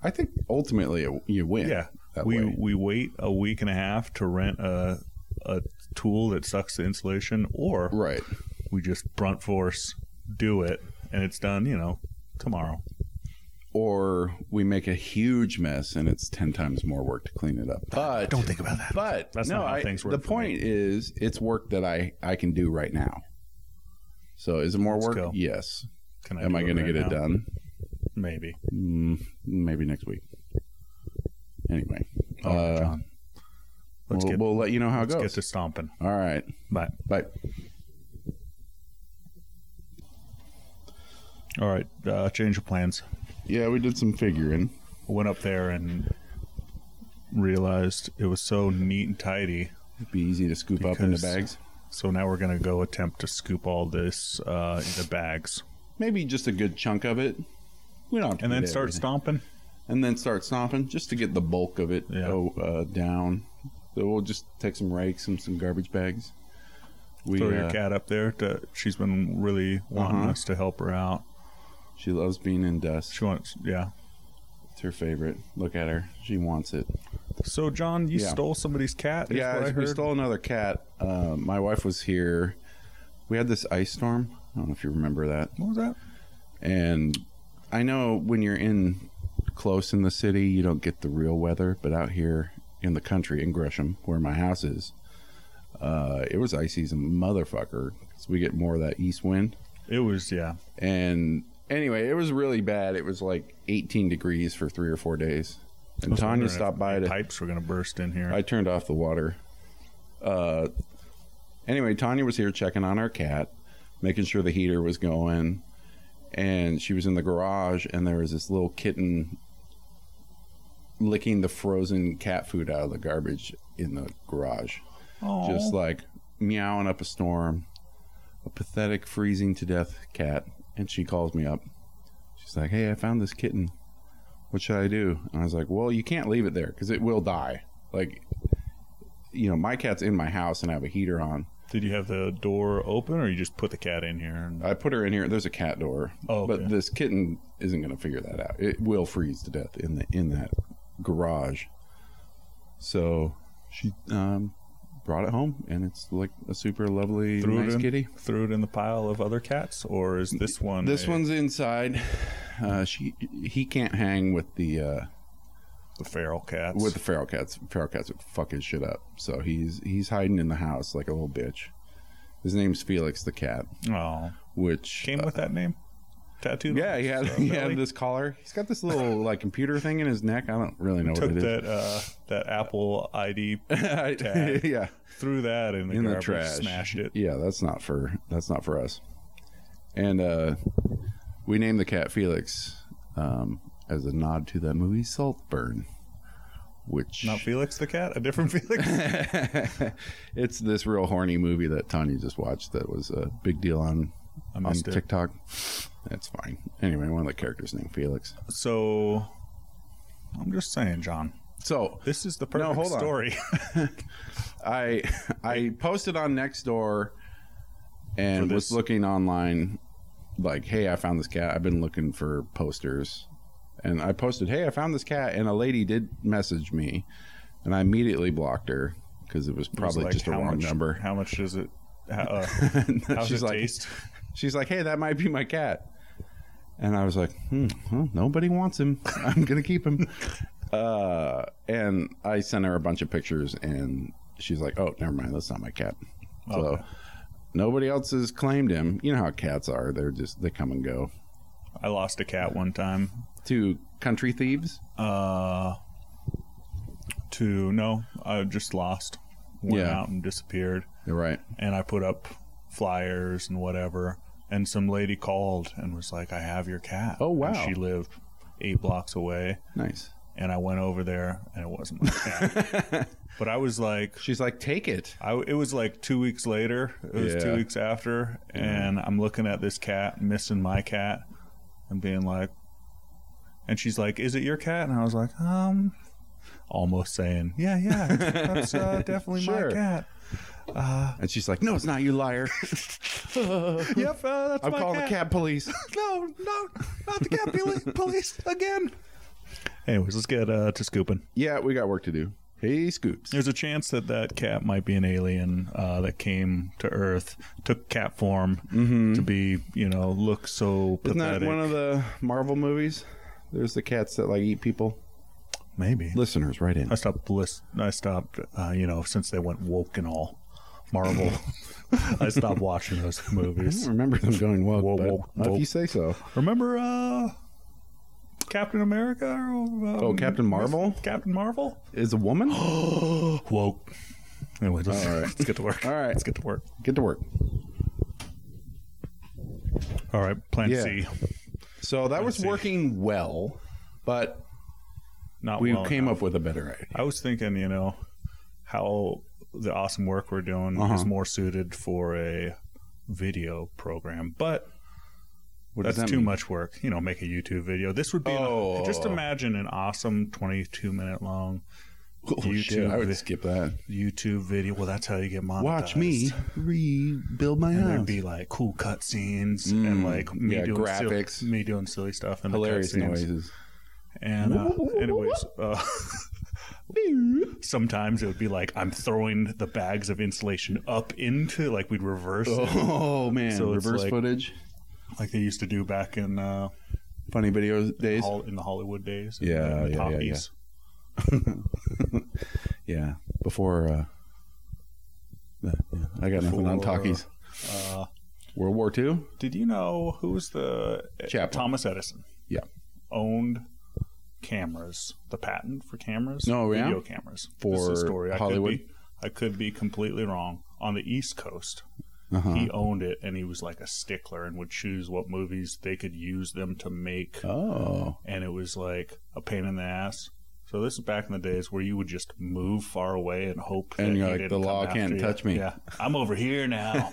S1: I think ultimately it, you win.
S2: Yeah.
S1: That
S2: we
S1: way.
S2: we wait a week and a half to rent a a tool that sucks the insulation or
S1: Right.
S2: we just brunt force do it and it's done, you know, tomorrow.
S1: Or we make a huge mess and it's 10 times more work to clean it up. But
S2: Don't think about that.
S1: But
S2: That's
S1: no,
S2: not how
S1: I,
S2: things work
S1: the
S2: for
S1: point is, it's work that I I can do right now. So is it more
S2: Let's
S1: work?
S2: go.
S1: Yes.
S2: Can
S1: Am
S2: do
S1: I going to
S2: right
S1: get
S2: now?
S1: it done?
S2: Maybe.
S1: Mm, maybe next week. Anyway,
S2: All right,
S1: Uh,
S2: John. Let's
S1: we'll,
S2: get
S1: we'll let you know how it
S2: let's
S1: goes.
S2: get to stomping.
S1: All right.
S2: Bye.
S1: Bye.
S2: All right, uh, change of plans.
S1: Yeah, we did some figuring.
S2: Went up there and realized it was so neat and tidy.
S1: It'd be easy to scoop up into
S2: Because-
S1: bags.
S2: So now we're gonna go attempt to scoop all this uh, into bags
S1: Maybe just a good chunk of it. We don't have to
S2: and
S1: do
S2: then
S1: that
S2: start
S1: everything.
S2: stomping.
S1: and then start stomping just to get the bulk of it
S2: Yeah.
S1: oh, uh, down. So we'll just take some rakes and some garbage bags. We
S2: Throw
S1: uh,
S2: your cat up there. To, she's been really wanting
S1: Uh-huh.
S2: us to help her out.
S1: She loves being in dust.
S2: She wants, yeah.
S1: It's her favorite. Look at her. She wants it.
S2: So John, you
S1: Yeah.
S2: stole somebody's cat. is
S1: yeah,
S2: what I
S1: we
S2: heard.
S1: stole another cat. Uh, my wife was here. We had this ice storm. I don't know if you remember that.
S2: What was that?
S1: And I know when you're in close in the city, you don't get the real weather, but out here in the country, in Gresham, where my house is, uh, it was icy as a motherfucker. So we get more of that east wind.
S2: It was yeah.
S1: And anyway, it was really bad. It was like 18 degrees for three or four days.
S2: I
S1: And
S2: was wondering
S1: Tanya
S2: if
S1: stopped by to
S2: Pipes were gonna burst in here.
S1: I turned off the water. Uh, anyway, Tanya was here checking on our cat, making sure the heater was going, and she was in the garage, and there was this little kitten licking the frozen cat food out of the garbage in the garage,
S2: Aw.
S1: just like meowing up a storm, a pathetic, freezing to death cat. And she calls me up. She's like, "Hey, I found this kitten. What should I do?" And I was like, "Well, you can't leave it there because it will die. Like, you know, my cat's in my house and I have a heater on.
S2: Did you have the door open, or you just put the cat in here? And...
S1: I put her in here. There's a cat door,
S2: Oh, okay.
S1: but this kitten isn't going to figure that out. It will freeze to death in the in that garage. So she um, brought it home, and it's like a super lovely,
S2: threw
S1: nice
S2: it in,
S1: kitty.
S2: Threw it in the pile of other cats, or is this one?
S1: This
S2: a-
S1: one's inside. Uh, she he can't hang with the uh,
S2: the feral cats.
S1: with the feral cats. Feral cats would fuck his shit up. So he's he's hiding in the house like a little bitch. His name's Felix the cat,
S2: oh,
S1: which
S2: came with that name, tattooed.
S1: Yeah,
S2: on
S1: he had
S2: his, uh,
S1: he
S2: belly?
S1: had this collar. He's got this little like computer thing in his neck. I don't really know
S2: Took
S1: what it
S2: that uh, that Apple ID,
S1: is. I-
S2: tag.
S1: yeah,
S2: threw that in the
S1: in the
S2: garbage,
S1: trash.
S2: smashed it.
S1: Yeah, that's not for that's not for us. And uh, we named the cat Felix um, as a nod to that movie Saltburn, which
S2: Not Felix the cat, a different Felix.
S1: it's this real horny movie that Tanya just watched that was a big deal on
S2: I
S1: on
S2: missed it.
S1: TikTok. That's fine. Anyway, one of the characters named Felix.
S2: So, I'm just saying, John,
S1: So
S2: this is the perfect
S1: hold on.
S2: story.
S1: I I posted on Nextdoor and
S2: For
S1: was
S2: this-
S1: looking online like, hey, I found this cat. I've been looking for posters. And I posted, hey, I found this cat. And a lady did message me. And I immediately blocked her because it was probably
S2: It was like,
S1: just a
S2: how
S1: wrong
S2: much,
S1: number.
S2: How much does it? How, uh, how's
S1: she's
S2: it
S1: like,
S2: taste?
S1: she's like, hey, that might be my cat. And I was like, hmm, well, nobody wants him. I'm going to keep him. Uh, And I sent her a bunch of pictures, and she's like, "Oh, never mind, that's not my cat." So
S2: Okay.
S1: nobody else has claimed him. You know how cats are; they're just they come and go.
S2: I lost a cat one time.
S1: To country thieves,
S2: Uh, to no, I just lost. Went
S1: Yeah.
S2: out and disappeared.
S1: you're right.
S2: and I put up flyers and whatever. And some lady called and was like, "I have your cat."
S1: Oh, wow.
S2: And she lived eight blocks away,
S1: Nice.
S2: and I went over there, and it wasn't my cat. but I was like,
S1: She's like, "Take it."
S2: I it was like two weeks later. It was
S1: Yeah.
S2: two weeks after, and I'm looking at this cat, missing my cat, and being like, and she's like, "Is it your cat?" And I was like, um, almost saying, "Yeah, yeah, that's uh, definitely
S1: Sure.
S2: my cat."
S1: And she's like, "No, it's not. You liar."
S2: Yep, uh, that's
S1: I'm
S2: my
S1: calling
S2: cat.
S1: the cat police.
S2: No, no, not the cat poli- police again. Anyways, let's get uh, to scooping.
S1: yeah, we got work to do. Hey, Scoops.
S2: There's a chance that that cat might be an alien uh, that came to Earth, took cat form to be, you know, look so
S1: Mm-hmm. Isn't that
S2: pathetic.
S1: one of the Marvel movies? There's the cats that like eat people.
S2: Maybe.
S1: Listeners, right in.
S2: I stopped. List, I stopped. Uh, you know, since they went woke and all, Marvel. I stopped watching those
S1: I
S2: movies.
S1: don't remember them going woke,
S2: Whoa,
S1: but
S2: woke,
S1: if
S2: woke.
S1: you say so.
S2: Remember uh, Captain America? Or, um,
S1: Oh, Captain Marvel
S2: Captain Marvel.
S1: is a woman. All
S2: Woke. Anyway, let's,
S1: All right.
S2: let's get to work.
S1: right,
S2: Let's get to work.
S1: get to work.
S2: All right, Plan
S1: Yeah.
S2: C.
S1: So that was
S2: see.
S1: working well, but
S2: Not
S1: we
S2: well
S1: came
S2: enough.
S1: up with a better idea.
S2: I was thinking, you know, how the awesome work we're doing
S1: Uh-huh.
S2: is more suited for a video program, but
S1: What does
S2: that's
S1: that
S2: too
S1: mean?
S2: much work. You know, make a YouTube video. This would be an-
S1: Oh.
S2: just imagine an awesome twenty-two minute long
S1: Oh, shit,
S2: YouTube
S1: I
S2: vi-
S1: would skip that.
S2: YouTube video. Well, that's how you get monetized.
S1: Watch me rebuild my
S2: And
S1: house.
S2: there'd be like cool cutscenes
S1: Mm.
S2: and like me
S1: Yeah,
S2: doing
S1: graphics.
S2: silly, me doing silly stuff and
S1: Hilarious
S2: the cutscenes.
S1: noises.
S2: And uh, anyways, uh, sometimes it would be like I'm throwing the bags of insulation up into like we'd reverse it,
S1: Oh man,
S2: So it's
S1: reverse
S2: like-
S1: footage.
S2: like they used to do back in uh,
S1: Funny videos days.
S2: hol- in the Hollywood days. in
S1: Yeah,
S2: the
S1: yeah, yeah,
S2: poppies.
S1: Yeah, before. uh yeah, yeah, I got nothing on
S2: Before,
S1: talkies.
S2: uh,
S1: World War Two.
S2: Did you know who was the uh,
S1: Chaplin.
S2: Thomas Edison?
S1: Yeah.
S2: owned cameras. The patent for cameras.
S1: No, yeah?
S2: video cameras
S1: For
S2: This is a story. I
S1: Hollywood?
S2: could, be, I could be completely wrong. On the East Coast,
S1: Uh-huh.
S2: he owned it and he was like a stickler and would choose what movies they could use them to make
S1: Oh,
S2: and it was like a pain in the ass so this is back in the days where you would just move far away and hope
S1: And
S2: that
S1: you're
S2: he
S1: like,
S2: didn't
S1: "The
S2: come
S1: law
S2: after
S1: can't
S2: you."
S1: touch me.
S2: yeah i'm over here now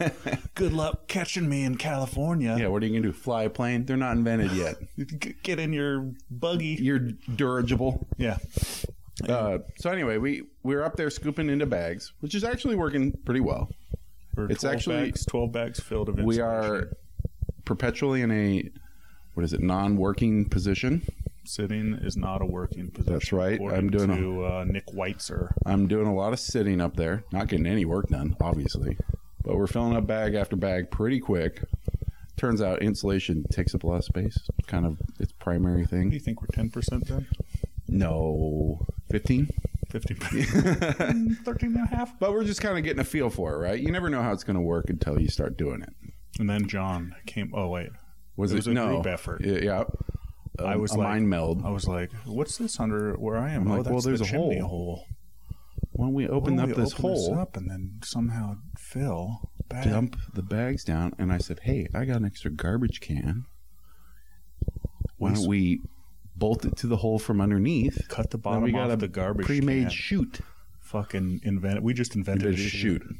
S2: good luck catching me in california
S1: yeah. What are you gonna do? Fly a plane? They're not invented yet.
S2: G- get in your buggy
S1: You're dirigible.
S2: yeah
S1: Uh, so anyway, we we were up there scooping into bags, which is actually working pretty well.
S2: For
S1: It's
S2: 12
S1: actually-
S2: bags, 12 bags filled of
S1: We
S2: insulation.
S1: are perpetually in a what is it non-working position.
S2: sitting is not a working position
S1: That's right.
S2: according
S1: I'm doing a-
S2: to uh, nick weitzer
S1: I'm doing a lot of sitting up there, not getting any work done, obviously, but we're filling up bag after bag pretty quick. Turns out insulation takes up a lot of space, kind of its primary
S2: do you
S1: thing.
S2: think we're 10% done
S1: No, fifteen.
S2: 15% 13 and a half
S1: But we're just kind of getting a feel for it, right? You never know how it's going to work until you start doing it.
S2: And then John came. Oh wait, It was a
S1: no
S2: group effort.
S1: Yeah, yeah.
S2: I was
S1: Um, a
S2: like, uh,
S1: mind meld.
S2: I was like, "What's this under where I am?"
S1: I'm
S2: oh,
S1: like,
S2: that's
S1: well, there's
S2: the
S1: a
S2: chimney
S1: hole.
S2: hole.
S1: When we
S2: Why don't
S1: opened up
S2: we
S1: this
S2: open
S1: hole,
S2: up and then somehow fill back.
S1: dump the bags down, and I said, "Hey, I got an extra garbage can. Why don't we bolt it to the hole from underneath?
S2: Cut the
S1: Then
S2: bottom
S1: we
S2: off
S1: got a
S2: the garbage
S1: pre-made
S2: can.
S1: chute.
S2: Fucking invented. We just invented
S1: Invented
S2: a
S1: a
S2: shoot.
S1: chute.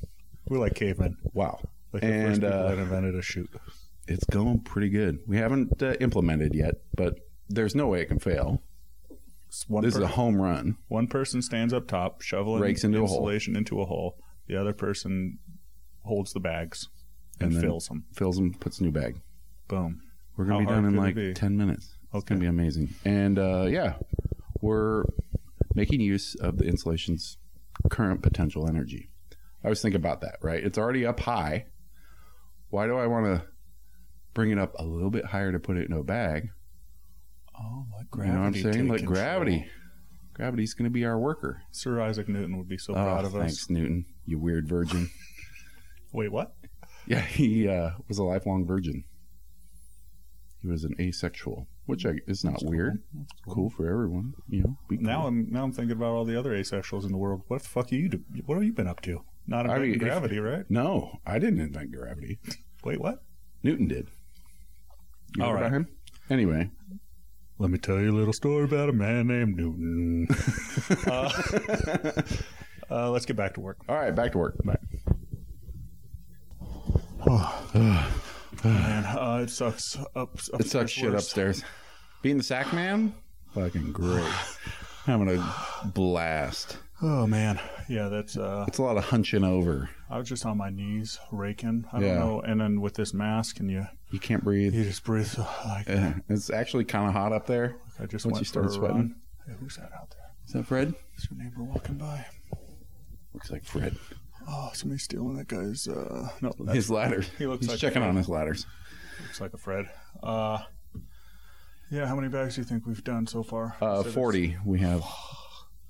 S2: We're like cavemen.
S1: Wow,
S2: Like the first
S1: and
S2: people that
S1: uh,
S2: invented a shoot.
S1: it's going pretty good. We haven't uh, implemented yet, but there's no way it can fail.
S2: It's One,
S1: This
S2: per-
S1: is a home run.
S2: one person stands up top, shoveling
S1: Rakes into a hole.
S2: insulation into a hole. The other person holds the bags
S1: And
S2: and,
S1: then-
S2: fills them.
S1: Fills them, puts new bag.
S2: Boom.
S1: We're gonna
S2: How
S1: be
S2: hard
S1: done in
S2: could it
S1: like
S2: be?
S1: ten minutes. It's gonna
S2: Okay.
S1: be amazing. And uh, yeah, we're making use of the insulation's current potential energy. I always think about that, right? It's already up high. Why do I want to bring it up a little bit higher to put it in a bag?
S2: Oh, like
S1: you know what I'm
S2: gravity
S1: saying?
S2: take
S1: Like
S2: control.
S1: gravity. Gravity's going to be our worker.
S2: Sir Isaac Newton would be so
S1: Oh,
S2: proud of us.
S1: thanks, Newton. You weird virgin.
S2: Wait, what?
S1: yeah, he uh, was a lifelong virgin. He was an asexual, which I, is not weird. Cool. for everyone, you know. Be
S2: Now
S1: cool.
S2: I'm now I'm thinking about all the other asexuals in the world. What the fuck are you? Do, what have you been up to? Not
S1: I
S2: in
S1: mean, if-
S2: gravity, right?
S1: no, I didn't invent gravity.
S2: Wait, what?
S1: Newton did. You
S2: All
S1: heard about
S2: right.
S1: him? Anyway,
S2: Let me tell you a little story about a man named Newton. uh, uh, let's get back to work.
S1: all right, back to work.
S2: Man, uh, it sucks. Up,
S1: It sucks shit
S2: worse.
S1: upstairs. Being the sack man, fucking great. I'm gonna blast.
S2: Oh man, yeah, that's. Uh,
S1: It's a lot of hunching over.
S2: I was just on my knees raking. I don't
S1: Yeah.
S2: know. And then with this mask, and you
S1: You can't breathe.
S2: you just breathe uh, like
S1: Uh, it's actually kind of hot up there.
S2: I just
S1: Once
S2: went
S1: you started
S2: for a
S1: sweating?
S2: run. Hey, who's that out there?
S1: Is that Fred?
S2: Is your neighbor walking by?
S1: Looks like Fred.
S2: Oh, somebody's stealing that guy's. Uh, no, that's
S1: His ladder.
S2: he looks
S1: He's
S2: like
S1: checking
S2: Fred.
S1: on his ladders.
S2: Looks like a Fred. Uh, yeah, how many bags do you think we've done so far?
S1: Uh,
S2: So that's
S1: Forty. We have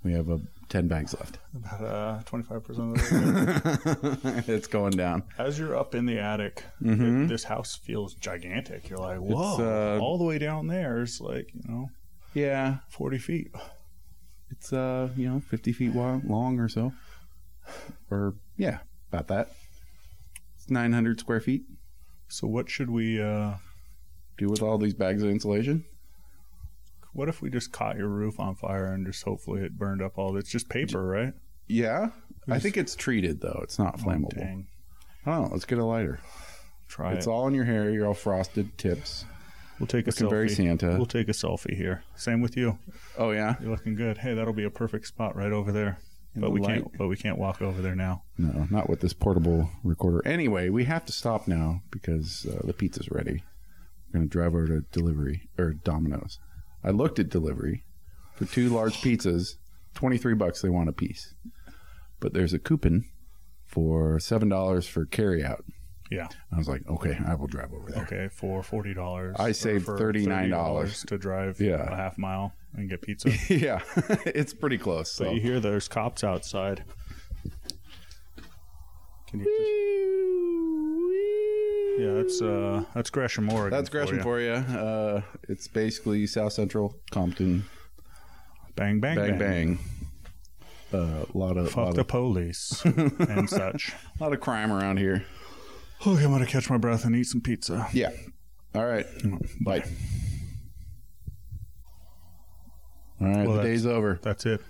S1: we have uh, ten bags left.
S2: About uh, 25% of the way.
S1: it's going down.
S2: As you're up in the attic,
S1: Mhm.
S2: th- this house feels gigantic. You're like, whoa.
S1: uh,
S2: all the way down there is like, you know,
S1: Yeah,
S2: 40 feet.
S1: it's uh you know fifty feet long, long or so, or yeah, about that. It's nine hundred square feet.
S2: So what should we, uh,
S1: Do with all these bags of insulation?
S2: what if we just caught your roof on fire and just hopefully it burned up all, it's just paper, right?
S1: Yeah, I
S2: Who's-
S1: think it's treated though. It's not flammable.
S2: Dang.
S1: Oh, let's get a lighter.
S2: Try
S1: It's
S2: it.
S1: all in your hair. You're all frosted tips.
S2: we'll take a
S1: Looking very
S2: selfie.
S1: Santa.
S2: We'll take a selfie here. Same with you.
S1: Oh yeah.
S2: You're looking good. Hey, that'll be a perfect spot right over there.
S1: In
S2: but
S1: the
S2: we
S1: light.
S2: can't. But we can't walk over there now.
S1: No, not with this portable recorder. Anyway, we have to stop now because uh, the pizza's ready. We're going to drive over to delivery or Domino's. I looked at delivery for two large pizzas, 23 bucks they want a piece. But there's a coupon for $7 for carryout.
S2: Yeah.
S1: I was like, okay, I will drive over there.
S2: Okay. For forty dollars,
S1: I saved $39
S2: to drive
S1: Yeah.
S2: a half mile and get pizza.
S1: yeah, it's pretty close.
S2: But
S1: So
S2: you hear there's cops outside.
S1: Can you
S2: Yeah, that's uh, that's Gresham, Oregon.
S1: that's Gresham for you. Uh, it's basically South Central Compton.
S2: Bang bang
S1: Bang
S2: bang.
S1: bang. A lot of
S2: Fuck
S1: lot
S2: the
S1: of
S2: police and such.
S1: A lot of crime around here.
S2: Okay, I'm gonna catch my breath and eat some pizza.
S1: Yeah. All right. Bye. All right.
S2: Well,
S1: the
S2: that's-
S1: day's over.
S2: That's it.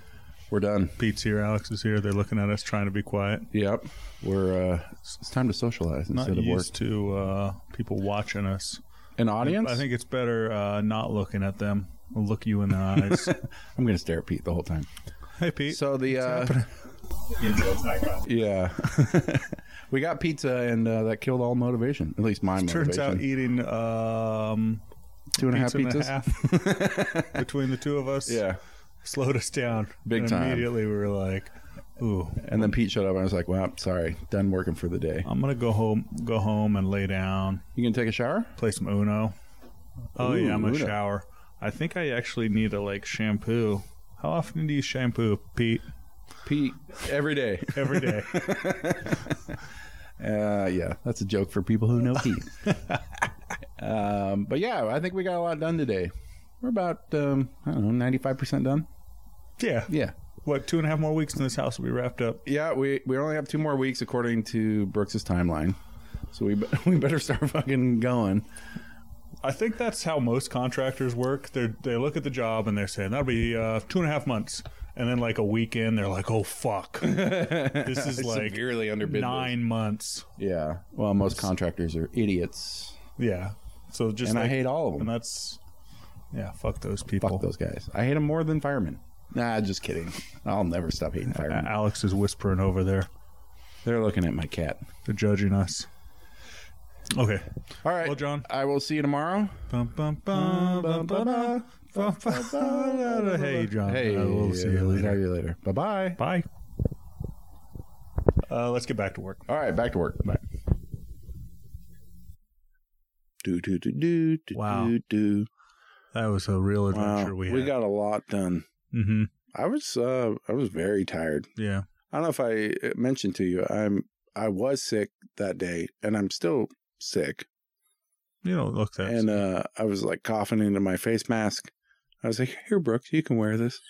S1: We're done.
S2: Pete's here. Alex is here. They're looking at us, trying to be quiet.
S1: Yep. We're. uh It's time to socialize
S2: Not
S1: instead of work.
S2: used to uh, people watching us.
S1: An audience.
S2: I think it's better uh, not looking at them. I'll look you in the eyes.
S1: I'm gonna stare at Pete the whole time.
S2: hey, Pete.
S1: So the. uh Yeah. we got pizza, and uh, that killed all motivation. At least my motivation.
S2: Turns out eating um,
S1: two and a half
S2: pizza and a
S1: pizzas.
S2: half between the two of us
S1: Yeah.
S2: slowed us down.
S1: Big
S2: and
S1: time.
S2: Immediately we were like, "Ooh,
S1: And then Pete showed up, and I was like, "Wow, sorry, done working for the day."
S2: I'm gonna go home, go home and lay down,
S1: You gonna take a shower?
S2: play some Uno." Oh
S1: Ooh,
S2: yeah, I'm gonna
S1: Uno.
S2: shower. I think I actually need to like shampoo. How often do you shampoo, Pete?
S1: Pete, every day.
S2: Every day.
S1: Uh, yeah, that's a joke for people who know Pete. um, but yeah, I think we got a lot done today. We're about um, I don't know, ninety five percent done.
S2: yeah.
S1: Yeah,
S2: What? Two and a half more weeks, and this house will be wrapped up.
S1: yeah. We we only have two more weeks according to Brooks's timeline, so we be- we better start fucking going.
S2: I think that's how most contractors work. They they look at the job and they're saying that'll be uh, two and a half months, and then like a week in, they're like, "Oh fuck, this is like
S1: severely underbid.
S2: nine months."
S1: Yeah. Well, most contractors are idiots,
S2: Yeah. So just
S1: and I
S2: like-
S1: hate all of
S2: and
S1: them.
S2: that's yeah, fuck those people.
S1: Fuck those guys. I hate them more than firemen. Nah, just kidding. I'll never stop hating
S2: A-
S1: firemen.
S2: Alex is whispering over there.
S1: They're looking at my cat.
S2: They're judging us. Okay.
S1: All right.
S2: Well, John.
S1: I will see you tomorrow.
S2: Bum, bum, bum, bum, bum, bum, bum, bum, bum. Hey, John.
S1: Hey,
S2: Uh, we'll see you later.
S1: Talk to you later. Bye bye.
S2: Bye. Uh, let's get back to work.
S1: All right, back to work. Bye.
S7: Do do do do do
S2: Wow.
S7: do do.
S2: That was a real
S7: Wow,
S2: adventure we had.
S7: got a lot done.
S2: mm-hmm.
S1: I was uh I was very tired.
S2: Yeah.
S1: I don't know if I uh, mentioned to you, I'm I was sick that day, and I'm still sick.
S2: You don't look that.
S1: and uh, I was like coughing into my face mask. I was like, "Here, Brooks, you can wear this."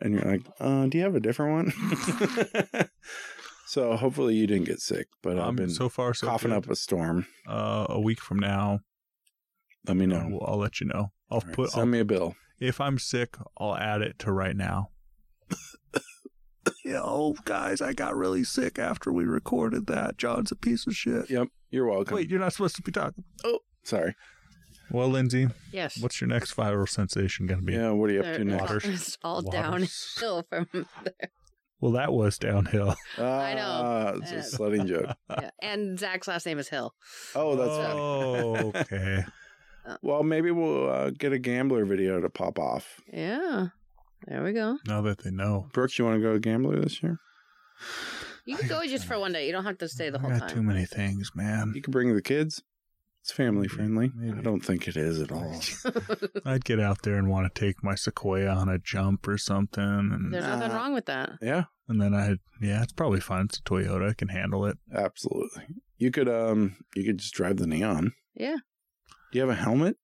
S1: And you're like, uh, "Do you have a different one?" so hopefully you didn't get sick, but i have
S2: I'm
S1: uh, been
S2: so far so
S1: coughing
S2: good.
S1: up a storm.
S2: Uh, a week from now,
S1: Let me know.
S2: I'll, I'll let you know. I'll
S1: All right,
S2: put.
S1: send me a bill.
S2: if I'm sick, I'll add it to right now. yeah, oh guys, I got really sick after we recorded that. John's a piece of shit.
S1: Yep, you're welcome.
S2: Wait, you're not supposed to be talking.
S1: Sorry.
S2: Well, Lindsay,
S3: Yes.
S2: what's your next viral sensation going to be?
S1: Yeah, what are you up
S3: They're-
S1: to
S3: it's
S1: next?
S3: all-
S2: Waters.
S3: It's all
S2: Waters.
S3: downhill from there.
S2: Well, that was downhill.
S3: I know.
S1: Ah, It's
S3: I
S1: a sledding joke.
S3: Yeah. And Zach's last name is Hill.
S1: Oh, that's
S2: oh, okay.
S1: well. Maybe we'll uh, get a gambler video to pop off.
S3: Yeah. There we go.
S2: Now that they know,
S1: Brooks, you want to go gambler this year?
S3: You
S2: I
S3: can go
S2: got
S3: just
S2: you.
S3: for one day. You don't have to stay the
S2: I
S3: whole
S2: got
S3: time.
S2: too many things, man.
S1: You can bring the kids. It's family friendly.
S2: Maybe.
S1: I don't think it is at all.
S2: I'd get out there and want to take my sequoia on a jump or something, and
S3: There's nothing
S1: Nah.
S3: wrong with that.
S1: Yeah,
S2: and then I, yeah, it's probably fine. It's a Toyota. I can handle it.
S1: absolutely. You could um you could just drive the neon.
S3: Yeah.
S1: Do you have a helmet?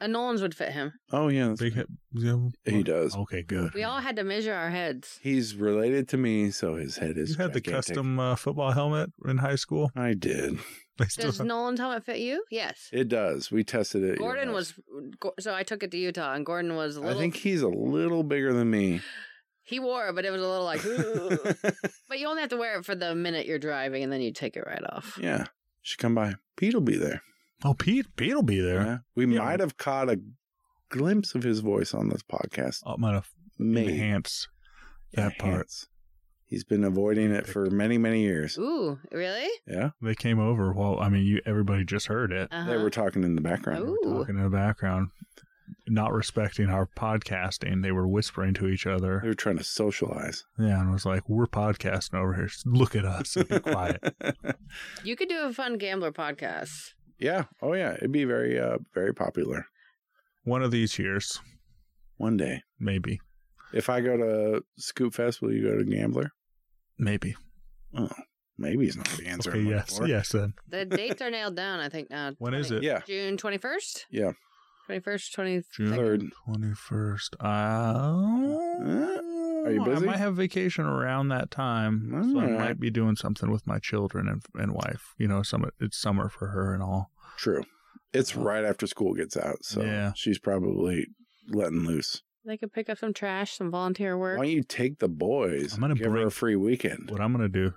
S3: A Nolan's would fit him.
S1: Oh yeah, that's-
S2: Big, Oh. yeah,
S1: he does.
S2: Okay, good.
S3: We all had to measure our heads.
S1: He's related to me, so his head is.
S2: You had the
S1: gigantic.
S2: custom uh, football helmet in high school.
S1: I did.
S2: They still
S3: Does Nolan's helmet fit you? Yes.
S1: It does. We tested it.
S3: Gordon
S1: Yes.
S3: was, Go- so I took it to Utah, and Gordon was a little.
S1: I think he's a little bigger than me.
S3: he wore it, but it was a little like. "Ooh." but you only have to wear it for the minute you're driving, and then you take it right off.
S1: yeah, you should come by. Pete'll be there.
S2: oh, Pete, Pete'll be there.
S1: Yeah. We
S2: Yeah.
S1: might have caught a glimpse of his voice on this podcast.
S2: I'm gonna
S1: Maybe
S2: enhance that part.
S1: Enhance. He's been avoiding it for many, many years.
S3: Ooh, really?
S1: Yeah.
S2: They came over. Well, I mean, you everybody just heard it
S3: Uh-huh.
S1: They were talking in the background.
S3: Ooh.
S2: talking in the background, not respecting our podcasting. They were whispering to each
S1: They
S2: other.
S1: were trying to socialize.
S2: Yeah, and was like, "We're podcasting over here. Just Look at us. and Be quiet."
S3: You could do a fun gambler podcast.
S1: yeah. Oh yeah. It'd be very uh very popular
S2: One of these years,
S1: one day.
S2: maybe,
S1: If I go to Scoop Fest, will you go to Gambler?
S2: maybe.
S1: Oh. Maybe it's not the answer.
S2: Okay,
S1: I'm looking
S2: yes,
S1: for.
S2: yes. Then
S3: The dates are nailed down, I think now.
S2: When is it?
S1: Yeah.
S3: June 21st?
S1: Yeah.
S3: 21st, 20.
S2: June
S1: Third. Uh,
S2: twenty first. Are
S1: you busy?
S2: Oh, I might have vacation around that time, so I
S1: Alright.
S2: might be doing something with my children and, and wife. You know, some it's summer for her and all.
S1: True. It's right after school gets out, so
S2: Yeah.
S1: she's probably letting loose.
S3: They could pick up some trash, some volunteer
S1: Why
S3: work.
S1: don't you take the boys?
S2: I'm gonna
S1: give her
S2: bring-
S1: a free weekend.
S2: What I'm gonna do,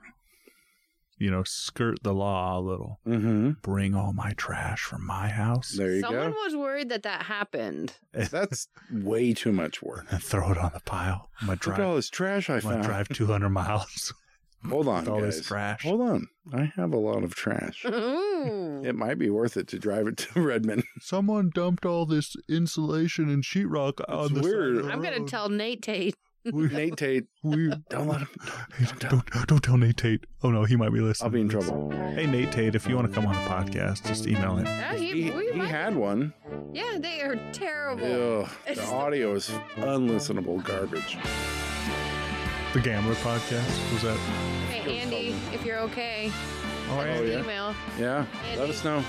S2: you know, skirt the law a little.
S1: Mm-hmm.
S2: Bring all my trash from my house
S1: There you
S3: Someone
S1: go.
S3: was worried that that happened.
S1: That's way too much work.
S2: and throw it on the pile. I'm gonna
S1: Look at all
S2: drive.
S1: this trash I
S2: I'm gonna
S1: found.
S2: drive 200 miles
S1: Hold on,
S2: with all
S1: guys.
S2: this trash.
S1: Hold on. I have a lot of trash.
S3: Ooh.
S1: It might be worth it to drive it to Redmond.
S2: Someone dumped all this insulation and sheetrock on the side
S1: weird.
S2: of the
S3: I'm going to
S2: road.
S3: tell Nate Tate.
S2: We,
S1: Nate Tate,
S2: we,
S1: don't let him.
S2: don't, don't, don't tell Nate Tate. Oh no, he might be listening.
S1: I'll be in
S2: to this.
S1: trouble.
S2: Hey Nate Tate, if you want to come on the podcast, just email him.
S3: Oh, he-
S1: He,
S3: we
S1: he
S3: might-
S1: had one.
S3: yeah, they are terrible.
S1: Ugh, the audio is unlistenable garbage.
S2: The Gambler Podcast was that?
S3: Hey, Andy, if you're okay,
S2: Oh,
S3: send us
S2: Andy.
S3: an email.
S1: Yeah, let
S3: Andy.
S1: us know.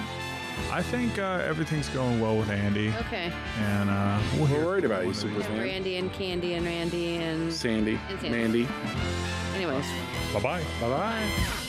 S2: I think uh, everything's going well with Andy,
S3: Okay.
S2: and uh, we'll
S1: We're
S2: hear-
S1: worried about you,
S3: And
S1: Superfan.
S3: Randy and Candy and Randy and.
S1: Sandy,
S3: And Sandy.
S1: Mandy.
S3: Anyways.
S2: Bye bye.
S1: Bye bye.
S3: Bye.